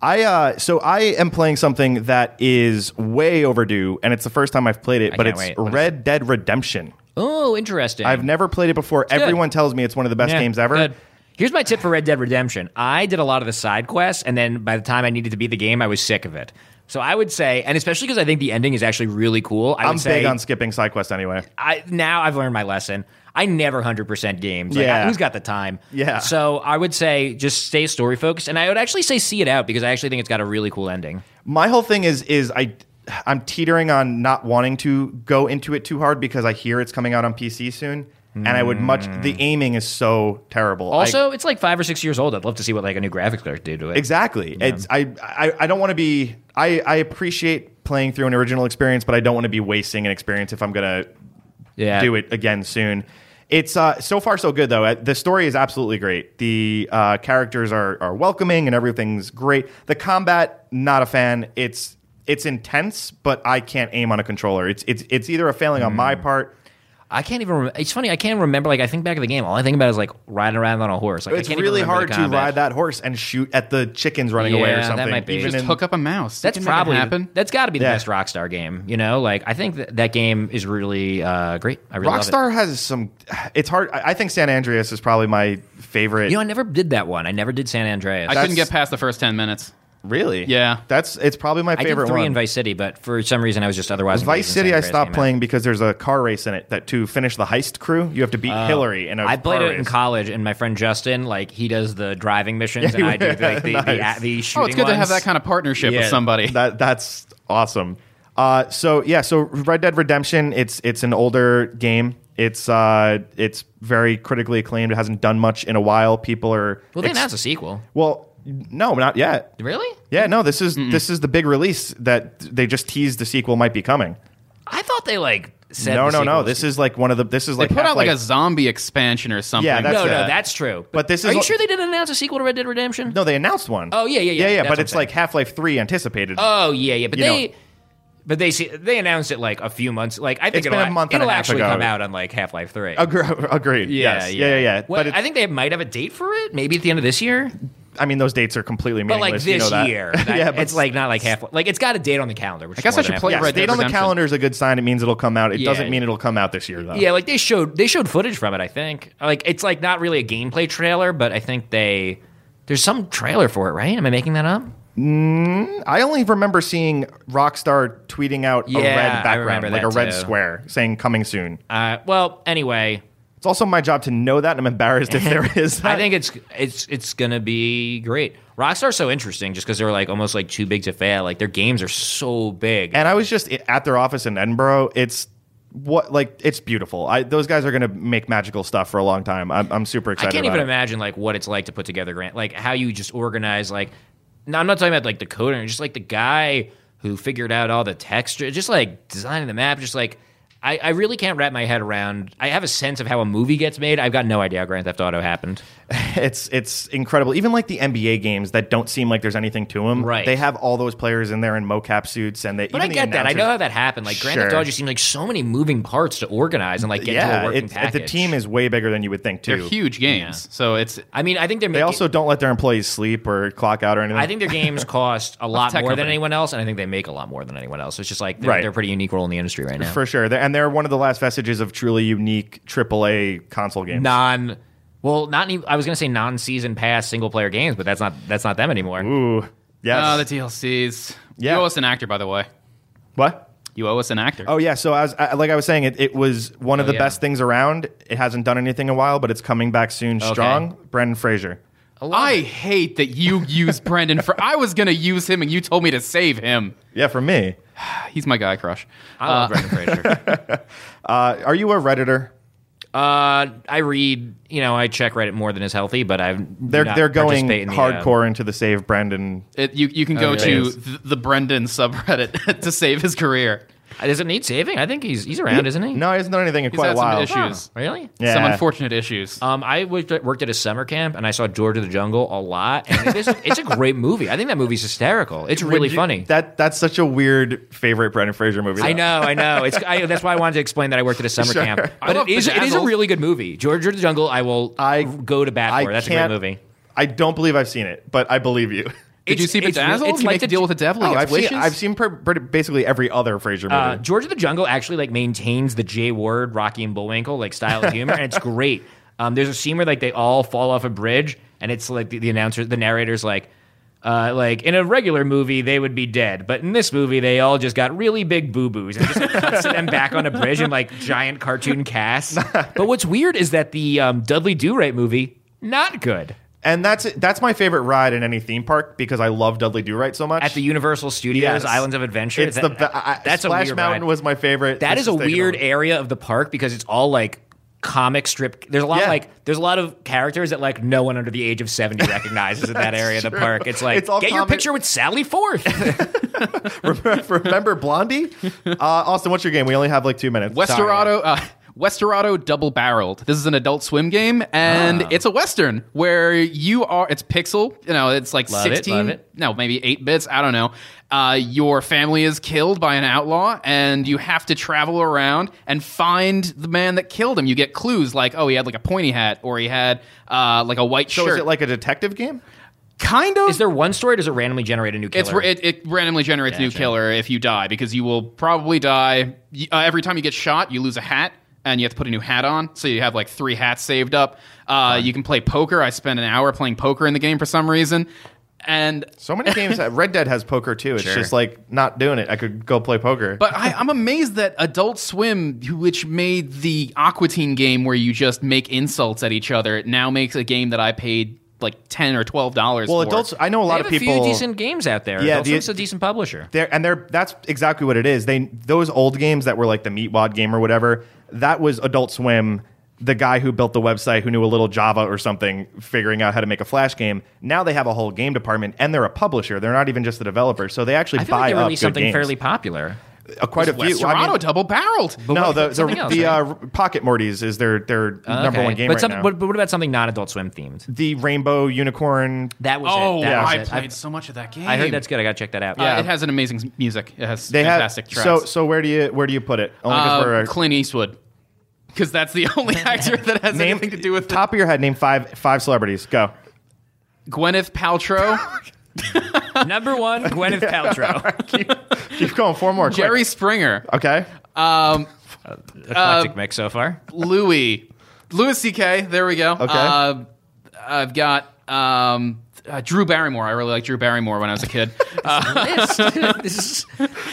Speaker 2: I uh, so I am playing something that is way overdue, and it's the first time I've played it. but
Speaker 4: can't
Speaker 2: it's
Speaker 4: wait. What is
Speaker 2: Red Dead Redemption.
Speaker 4: oh, interesting.
Speaker 2: I've never played it before.
Speaker 4: good.
Speaker 2: Everyone tells me it's one of the best
Speaker 4: Yeah,
Speaker 2: games ever.
Speaker 4: good. Here's my tip for Red Dead Redemption. I did a lot of the side quests, and then by the time I needed to beat the game, I was sick of it. So I would say, and especially because I think the ending is actually really cool. I
Speaker 2: I'm
Speaker 4: would say
Speaker 2: big on skipping side quests anyway.
Speaker 4: I now I've learned my lesson. I never hundred percent games. Like,
Speaker 2: Yeah.
Speaker 4: who's got the time?
Speaker 2: Yeah.
Speaker 4: So I would say just stay story focused, and I would actually say see it out because I actually think it's got a really cool ending.
Speaker 2: My whole thing is is I I'm teetering on not wanting to go into it too hard because I hear it's coming out on PC soon, and I would much the aiming is so terrible. I-
Speaker 4: Hmm. Also, it's like five or six years old. I'd love to see what like a new graphics card did to it.
Speaker 2: Exactly. It's I I, I don't want to be I, I appreciate playing through an original experience, but I don't want to be wasting an experience if I'm gonna
Speaker 4: Yeah.
Speaker 2: do it again soon. It's uh, so far so good though. Uh, The story is absolutely great. The uh, characters are are welcoming and everything's great. The combat, not a fan. It's it's intense, but I can't aim on a controller. It's it's it's either a failing on
Speaker 4: Mm.
Speaker 2: my part.
Speaker 4: I can't even. Rem- it's funny. I can't remember. Like I think back of the game. All I think about is like riding around on a horse. Like I
Speaker 2: It's
Speaker 4: can't even
Speaker 2: really
Speaker 4: remember
Speaker 2: hard
Speaker 4: the
Speaker 2: to
Speaker 4: combat.
Speaker 2: ride that horse and shoot at the chickens running away
Speaker 4: Yeah,
Speaker 2: or
Speaker 4: that
Speaker 2: something.
Speaker 4: might be.
Speaker 2: even
Speaker 3: just
Speaker 2: in-
Speaker 3: hook up a mouse.
Speaker 4: That's
Speaker 3: You can make it
Speaker 4: probably
Speaker 3: happen.
Speaker 4: that's got to be the
Speaker 2: Yeah.
Speaker 4: best Rockstar game. You know, like I think that, that game is really uh, great. I really love
Speaker 2: Rockstar has some. It's hard. I I think San Andreas is probably my favorite.
Speaker 4: it. You know, I never did that one. I never did San Andreas.
Speaker 3: I
Speaker 4: I,
Speaker 3: couldn't get past the first ten minutes.
Speaker 2: really?
Speaker 3: Yeah.
Speaker 2: That's it's probably my
Speaker 4: did
Speaker 2: favorite
Speaker 4: three
Speaker 2: one.
Speaker 4: in Vice City, but for some reason I was just otherwise.
Speaker 2: Vice
Speaker 4: engaged when
Speaker 2: City,
Speaker 4: San
Speaker 2: I
Speaker 4: Andreas
Speaker 2: stopped
Speaker 4: came out.
Speaker 2: playing because there's a car race in it that to finish the heist crew, you have to beat Hillary in a
Speaker 4: Oh. I played
Speaker 2: car
Speaker 4: it in
Speaker 2: race.
Speaker 4: college, and my friend Justin, like he does the driving missions, and I do like, the, the, the shooting.
Speaker 3: Oh, it's good to have that kind of partnership
Speaker 4: Yeah.
Speaker 3: with somebody.
Speaker 2: That that's awesome. Uh, so yeah, so Red Dead Redemption, it's it's an older game. It's uh, it's very critically acclaimed. It hasn't done much in a while. People are
Speaker 4: Well, they
Speaker 2: ex-
Speaker 4: announced a sequel.
Speaker 2: well, no, not yet.
Speaker 4: Really?
Speaker 2: Yeah, no, this is this is the big release that they just teased the sequel might be coming.
Speaker 4: I thought they like said
Speaker 2: no,
Speaker 4: the
Speaker 2: no, no.
Speaker 4: sequel-
Speaker 2: This is like one of the. This is
Speaker 3: They
Speaker 2: like
Speaker 3: put out like a
Speaker 2: Half-Life-
Speaker 3: zombie expansion or something.
Speaker 2: Yeah, that's
Speaker 4: no,
Speaker 2: it.
Speaker 4: no. That's true.
Speaker 2: But this
Speaker 4: are
Speaker 2: is
Speaker 4: you
Speaker 2: al-
Speaker 4: sure they didn't announce a sequel to Red Dead Redemption?
Speaker 2: no. They announced one.
Speaker 4: Oh, yeah, yeah, yeah.
Speaker 2: yeah, yeah.
Speaker 4: That's what
Speaker 2: But
Speaker 4: I'm
Speaker 2: it's like Half Life Three anticipated.
Speaker 4: Oh yeah, yeah. But
Speaker 2: You
Speaker 4: they,
Speaker 2: know-
Speaker 4: but they see, they announced it like a few months. Like I think
Speaker 2: It's been
Speaker 4: it'll-
Speaker 2: a month and a
Speaker 4: it'll
Speaker 2: half
Speaker 4: actually
Speaker 2: ago.
Speaker 4: come out on like Half Life Three.
Speaker 2: Agre- agreed. yes. yeah, yeah, yeah.
Speaker 4: Well,
Speaker 2: but it's,
Speaker 4: I think they might have a date for it. Maybe at the end of this year,
Speaker 2: I mean, those dates are completely
Speaker 4: but
Speaker 2: meaningless.
Speaker 4: like
Speaker 2: you know
Speaker 4: this
Speaker 2: that.
Speaker 4: year.
Speaker 2: yeah, but
Speaker 4: it's like not like half. Like it's got a date on the calendar. Which
Speaker 3: I guess
Speaker 4: is more
Speaker 3: I
Speaker 4: than
Speaker 3: should
Speaker 4: half-
Speaker 3: play
Speaker 2: yeah,
Speaker 3: Red Dead
Speaker 2: date on the
Speaker 3: Redemption.
Speaker 2: calendar is a good sign. It means it'll come out. It
Speaker 4: Yeah.
Speaker 2: doesn't mean it'll come out this year though.
Speaker 4: Yeah, like they showed they showed footage from it. I think like it's like not really a gameplay trailer, but I think they There's some trailer for it, right? Am I making that up?
Speaker 2: I only remember seeing Rockstar tweeting out
Speaker 4: Yeah,
Speaker 2: a
Speaker 4: I
Speaker 2: red
Speaker 4: remember
Speaker 2: background, like
Speaker 4: that
Speaker 2: a red
Speaker 4: too.
Speaker 2: square, saying "coming soon."
Speaker 4: Uh, well, anyway,
Speaker 2: It's also my job to know that, and I'm embarrassed if there is.
Speaker 4: I
Speaker 2: that.
Speaker 4: think it's it's it's gonna be great. Rockstar's so interesting just because they're like almost like too big to fail. Like their games are so big.
Speaker 2: And I was just i- at their office in Edinburgh. It's what like it's beautiful. I, those guys are going to make magical stuff for a long time. I'm, I'm super
Speaker 4: I
Speaker 2: excited.
Speaker 4: can't
Speaker 2: about
Speaker 4: even
Speaker 2: it.
Speaker 4: imagine like what it's like to put together grant, like how you just organize like. No, I'm not talking about like the coder, just like the guy who figured out all the texture, just like designing the map, just like. I, I really can't wrap my head around. I have a sense of how a movie gets made. I've got no idea how Grand Theft Auto happened.
Speaker 2: It's it's incredible. Even like the NBA games that don't seem like there's anything to them.
Speaker 4: Right.
Speaker 2: They have all those players in there in mocap suits, and they.
Speaker 4: But I
Speaker 2: even the
Speaker 4: get that. I know
Speaker 2: announcers-
Speaker 4: how that happened. Like Grand Theft
Speaker 2: Sure.
Speaker 4: Auto just seemed like so many moving parts to organize and like get to a
Speaker 2: yeah,
Speaker 4: working
Speaker 2: it's-
Speaker 4: package.
Speaker 2: the team is way bigger than you would think too.
Speaker 3: They're huge games, so it's
Speaker 4: I mean, I think they're
Speaker 2: They
Speaker 4: making,
Speaker 2: also don't let their employees sleep or clock out or anything.
Speaker 4: I think their games cost a lot
Speaker 3: tech
Speaker 4: more than
Speaker 3: company.
Speaker 4: anyone else, and I think they make a lot more than anyone else. It's just like they're,
Speaker 2: Right.
Speaker 4: they're a pretty unique role in the industry right now.
Speaker 2: for sure, They're- and they're one of the last vestiges of truly unique AAA console games.
Speaker 4: non well not even, I was gonna say non season pass single player games, but that's not that's not them anymore.
Speaker 2: Ooh, yes.
Speaker 3: oh, the DLCs.
Speaker 2: Yeah.
Speaker 3: You owe us an actor, by the way.
Speaker 2: what?
Speaker 3: You owe us an actor.
Speaker 2: Oh yeah, so as I, like I was saying, it, it was one of
Speaker 3: Oh,
Speaker 2: the
Speaker 3: yeah.
Speaker 2: best things around. It hasn't done anything in a while, but it's coming back soon. Strong, Brendan Fraser.
Speaker 3: I hate that you use Brendan for. I was gonna use him, and you told me to save him.
Speaker 2: Yeah, for me.
Speaker 3: He's my guy crush.
Speaker 4: I love Brendan Fraser.
Speaker 2: Uh, are you a redditor?
Speaker 4: Uh, I read, you know, I check Reddit more than is healthy, but I've
Speaker 2: They're
Speaker 4: not
Speaker 2: they're going
Speaker 4: participate in the, uh,
Speaker 2: hardcore into the save Brendan.
Speaker 3: It, you you can
Speaker 2: Oh,
Speaker 3: go
Speaker 4: really?
Speaker 3: to
Speaker 4: Yes.
Speaker 3: th- the Brendan subreddit to save his career.
Speaker 4: does it need saving? I think he's he's around, Oh, isn't he?
Speaker 2: No, he hasn't done anything in
Speaker 3: He's
Speaker 2: quite a
Speaker 3: had some
Speaker 2: while.
Speaker 3: issues. issues.
Speaker 4: Really?
Speaker 2: Yeah.
Speaker 3: Some unfortunate issues.
Speaker 4: Um, I worked at, worked at a summer camp and I saw George of the Jungle a lot. And it's, it's a great movie. I think that movie's hysterical. It's really
Speaker 2: You-
Speaker 4: funny.
Speaker 2: That that's such a weird favorite Brendan Fraser movie.
Speaker 4: I
Speaker 2: though.
Speaker 4: know, I know. It's I, that's why I wanted to explain that I worked at a summer
Speaker 2: Sure.
Speaker 4: camp.
Speaker 3: I
Speaker 4: But
Speaker 3: love
Speaker 4: it is, it is a
Speaker 3: Bedazzled.
Speaker 4: really good movie. George of the Jungle. I will
Speaker 2: I-
Speaker 4: go to bat
Speaker 2: I
Speaker 4: for. That's a great
Speaker 2: can't-
Speaker 4: movie.
Speaker 2: I don't believe I've seen it, but I believe you.
Speaker 3: Did you see
Speaker 4: it's- it's
Speaker 3: Bedazzled?
Speaker 4: like
Speaker 3: It's like
Speaker 4: the-
Speaker 3: to deal with the devil.
Speaker 2: Oh,
Speaker 3: he
Speaker 2: I've
Speaker 3: gets wishes.
Speaker 2: seen I've seen pr- pr- basically every other Fraser movie.
Speaker 4: Uh, George of the Jungle actually like maintains the J word, Rocky and Bullwinkle like style of humor, and it's great. Um, there's a scene where like they all fall off a bridge, and it's like the, the announcer, the narrator's like, uh, like in a regular movie they would be dead, but in this movie they all just got really big boo boos and it just like, cuts to them back on a bridge in like giant cartoon casts. but what's weird is that the um, Dudley Do Right movie not good
Speaker 2: and that's that's my favorite ride in any theme park because I love Dudley Do Right so much.
Speaker 4: at the Universal Studios
Speaker 2: Yes.
Speaker 4: Islands of Adventure.
Speaker 2: It's
Speaker 4: That-
Speaker 2: the be- I,
Speaker 4: that's a
Speaker 2: Splash
Speaker 4: weird
Speaker 2: Mountain
Speaker 4: ride.
Speaker 2: was my favorite.
Speaker 4: That
Speaker 2: This
Speaker 4: is a
Speaker 2: has taken
Speaker 4: weird
Speaker 2: over.
Speaker 4: area of the park because it's all like comic strip. There's a lot
Speaker 2: Yeah.
Speaker 4: like there's a lot of characters that like no one under the age of seventy recognizes in that area of the
Speaker 2: true.
Speaker 4: park. It's like
Speaker 2: It's all
Speaker 4: get your
Speaker 2: comic-
Speaker 4: picture with Sally Forth.
Speaker 2: Remember Blondie? Uh, Austin, what's your game? We only have like two minutes.
Speaker 3: Westerado, uh, Westerado Double Barreled. This is an Adult Swim game,
Speaker 4: Ah.
Speaker 3: and it's a Western where you are. It's pixel. You know, it's like
Speaker 4: Love it,
Speaker 3: sixteen.
Speaker 4: love it.
Speaker 3: No, maybe eight bits. I don't know. Uh, your family is killed by an outlaw, and you have to travel around and find the man that killed him. You get clues like, oh, he had like a pointy hat, or he had uh, like a white
Speaker 2: So
Speaker 3: shirt.
Speaker 2: is it like a detective game?
Speaker 3: kind of?
Speaker 4: is there one story? Or does it randomly generate a new
Speaker 3: It's
Speaker 4: killer?
Speaker 3: it, it randomly generates new
Speaker 4: Gotcha.
Speaker 3: killer if you die because you will probably die y- uh, every time you get shot. You lose a hat and you have to put a new hat on. So you have like three hats saved up. Uh, you can play poker. I spent an hour playing poker in the game for some reason, and
Speaker 2: So many games. that- Red Dead has poker too. It's just like not doing it. I could go play poker.
Speaker 3: But I, I'm amazed that Adult Swim, which made the Aqua Teen game where you just make insults at each other, now makes a game that I paid like ten or twelve dollars.
Speaker 2: well,
Speaker 3: for.
Speaker 2: adults. I know a lot
Speaker 4: they have
Speaker 2: of people.
Speaker 4: a few decent games out there.
Speaker 2: Yeah,
Speaker 4: Yeah,
Speaker 2: the-
Speaker 4: it's a decent publisher.
Speaker 2: They're, and they're that's exactly what it is. They those old games that were like the Meat Wad game or whatever. That was Adult Swim. The guy who built the website, who knew a little Java or something, figuring out how to make a Flash game. Now they have a whole game department, and they're a publisher. They're not even just the developer, so they actually
Speaker 4: I feel
Speaker 2: buy
Speaker 4: like they
Speaker 2: up
Speaker 4: released
Speaker 2: good
Speaker 4: something
Speaker 2: games.
Speaker 4: fairly popular.
Speaker 2: Uh, quite a few.
Speaker 3: Westerado
Speaker 2: I mean,
Speaker 3: double barreled.
Speaker 2: no,
Speaker 4: what-
Speaker 2: the the,
Speaker 4: something else,
Speaker 2: the
Speaker 4: right? Oh,
Speaker 2: uh, Pocket Mortys is their their number
Speaker 4: Okay.
Speaker 2: one game
Speaker 4: but
Speaker 2: right
Speaker 4: some-
Speaker 2: now.
Speaker 4: But, but what about something not Adult Swim themed?
Speaker 2: the Rainbow Unicorn.
Speaker 4: That was
Speaker 3: Oh,
Speaker 4: it. That was
Speaker 3: I
Speaker 4: it.
Speaker 3: played
Speaker 4: I've-
Speaker 3: so much of that game.
Speaker 4: I heard that's good. I gotta check that out.
Speaker 3: Uh, it has an amazing s- music. It has
Speaker 2: They
Speaker 3: fantastic
Speaker 2: have
Speaker 3: tracks.
Speaker 2: so so. Where do you where do you put it? Only 'cause
Speaker 3: Uh,
Speaker 2: we're a-
Speaker 3: Clint Eastwood, because that's the only actor that has
Speaker 2: name
Speaker 3: anything to do with it.
Speaker 2: top of your head. Name five five celebrities. Go.
Speaker 3: Gwyneth Paltrow,
Speaker 4: Uh, Number one, Gwyneth Paltrow.
Speaker 2: Keep going. Four more. quick.
Speaker 3: Jerry Springer,
Speaker 2: Okay.
Speaker 3: um,
Speaker 4: Eclectic mix so far.
Speaker 3: Louis, Louis C.K. There we go.
Speaker 2: Okay.
Speaker 3: Uh, I've got um, uh, Drew Barrymore. I really liked Drew Barrymore when I was a kid. Uh,
Speaker 4: this is,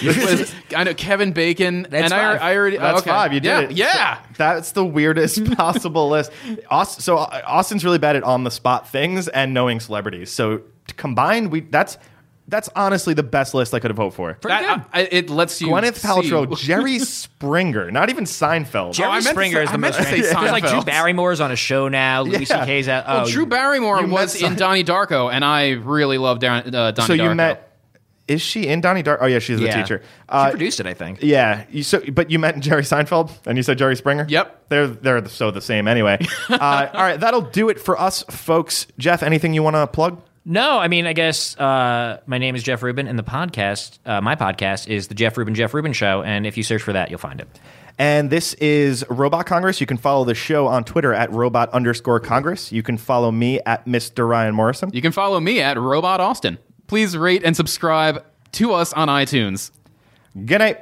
Speaker 3: was- I know Kevin Bacon.
Speaker 4: That's
Speaker 3: and I,
Speaker 4: five.
Speaker 3: I already
Speaker 2: That's
Speaker 3: okay.
Speaker 2: five. You did
Speaker 3: yeah,
Speaker 2: it.
Speaker 3: Yeah.
Speaker 2: So that's the weirdest possible list. Aust- so uh, Austin's really bad at on the spot things and knowing celebrities. So t- combined, we that's that's honestly the best list I could have hoped for.
Speaker 4: Pretty
Speaker 3: That-
Speaker 4: good.
Speaker 3: I- I- it lets you.
Speaker 2: Gwyneth
Speaker 3: see-
Speaker 2: Paltrow, Jerry Springer, not even Seinfeld.
Speaker 3: Oh, I
Speaker 4: Jerry
Speaker 3: meant to
Speaker 4: Springer
Speaker 3: say-
Speaker 4: is
Speaker 3: I
Speaker 4: the
Speaker 3: meant
Speaker 4: most.
Speaker 3: to say
Speaker 4: It's like Drew
Speaker 3: Seinfeld.
Speaker 4: Barrymore's on a show now. Louis
Speaker 2: Yeah.
Speaker 4: C.K.'s out. Oh,
Speaker 3: Well, Drew Barrymore
Speaker 2: you
Speaker 3: was
Speaker 2: met
Speaker 3: in
Speaker 2: some-
Speaker 3: Donnie Darko, and I really love Don, uh, Donnie
Speaker 2: so
Speaker 3: Darko.
Speaker 2: you met? Is she in Donnie Dark? Oh yeah, she's
Speaker 4: yeah.
Speaker 2: the teacher.
Speaker 4: she
Speaker 2: Uh,
Speaker 4: produced it, I think.
Speaker 2: yeah, you, so but you met Jerry Seinfeld and you said Jerry Springer.
Speaker 3: Yep.
Speaker 2: they're they're so the same anyway. uh, all right, that'll do it for us, folks. Jeff, anything you want to plug?
Speaker 4: No, I mean, I guess uh, my name is Jeff Rubin, and the podcast, uh, my podcast, is the Jeff Rubin Jeff Rubin Show. And if you search for that, you'll find it.
Speaker 2: And this is Robot Congress. You can follow the show on Twitter at robot underscore Congress. You can follow me at Mr. Ryan Morrison.
Speaker 3: You can follow me at Robot Austin. Please rate and subscribe to us on iTunes.
Speaker 2: Good night.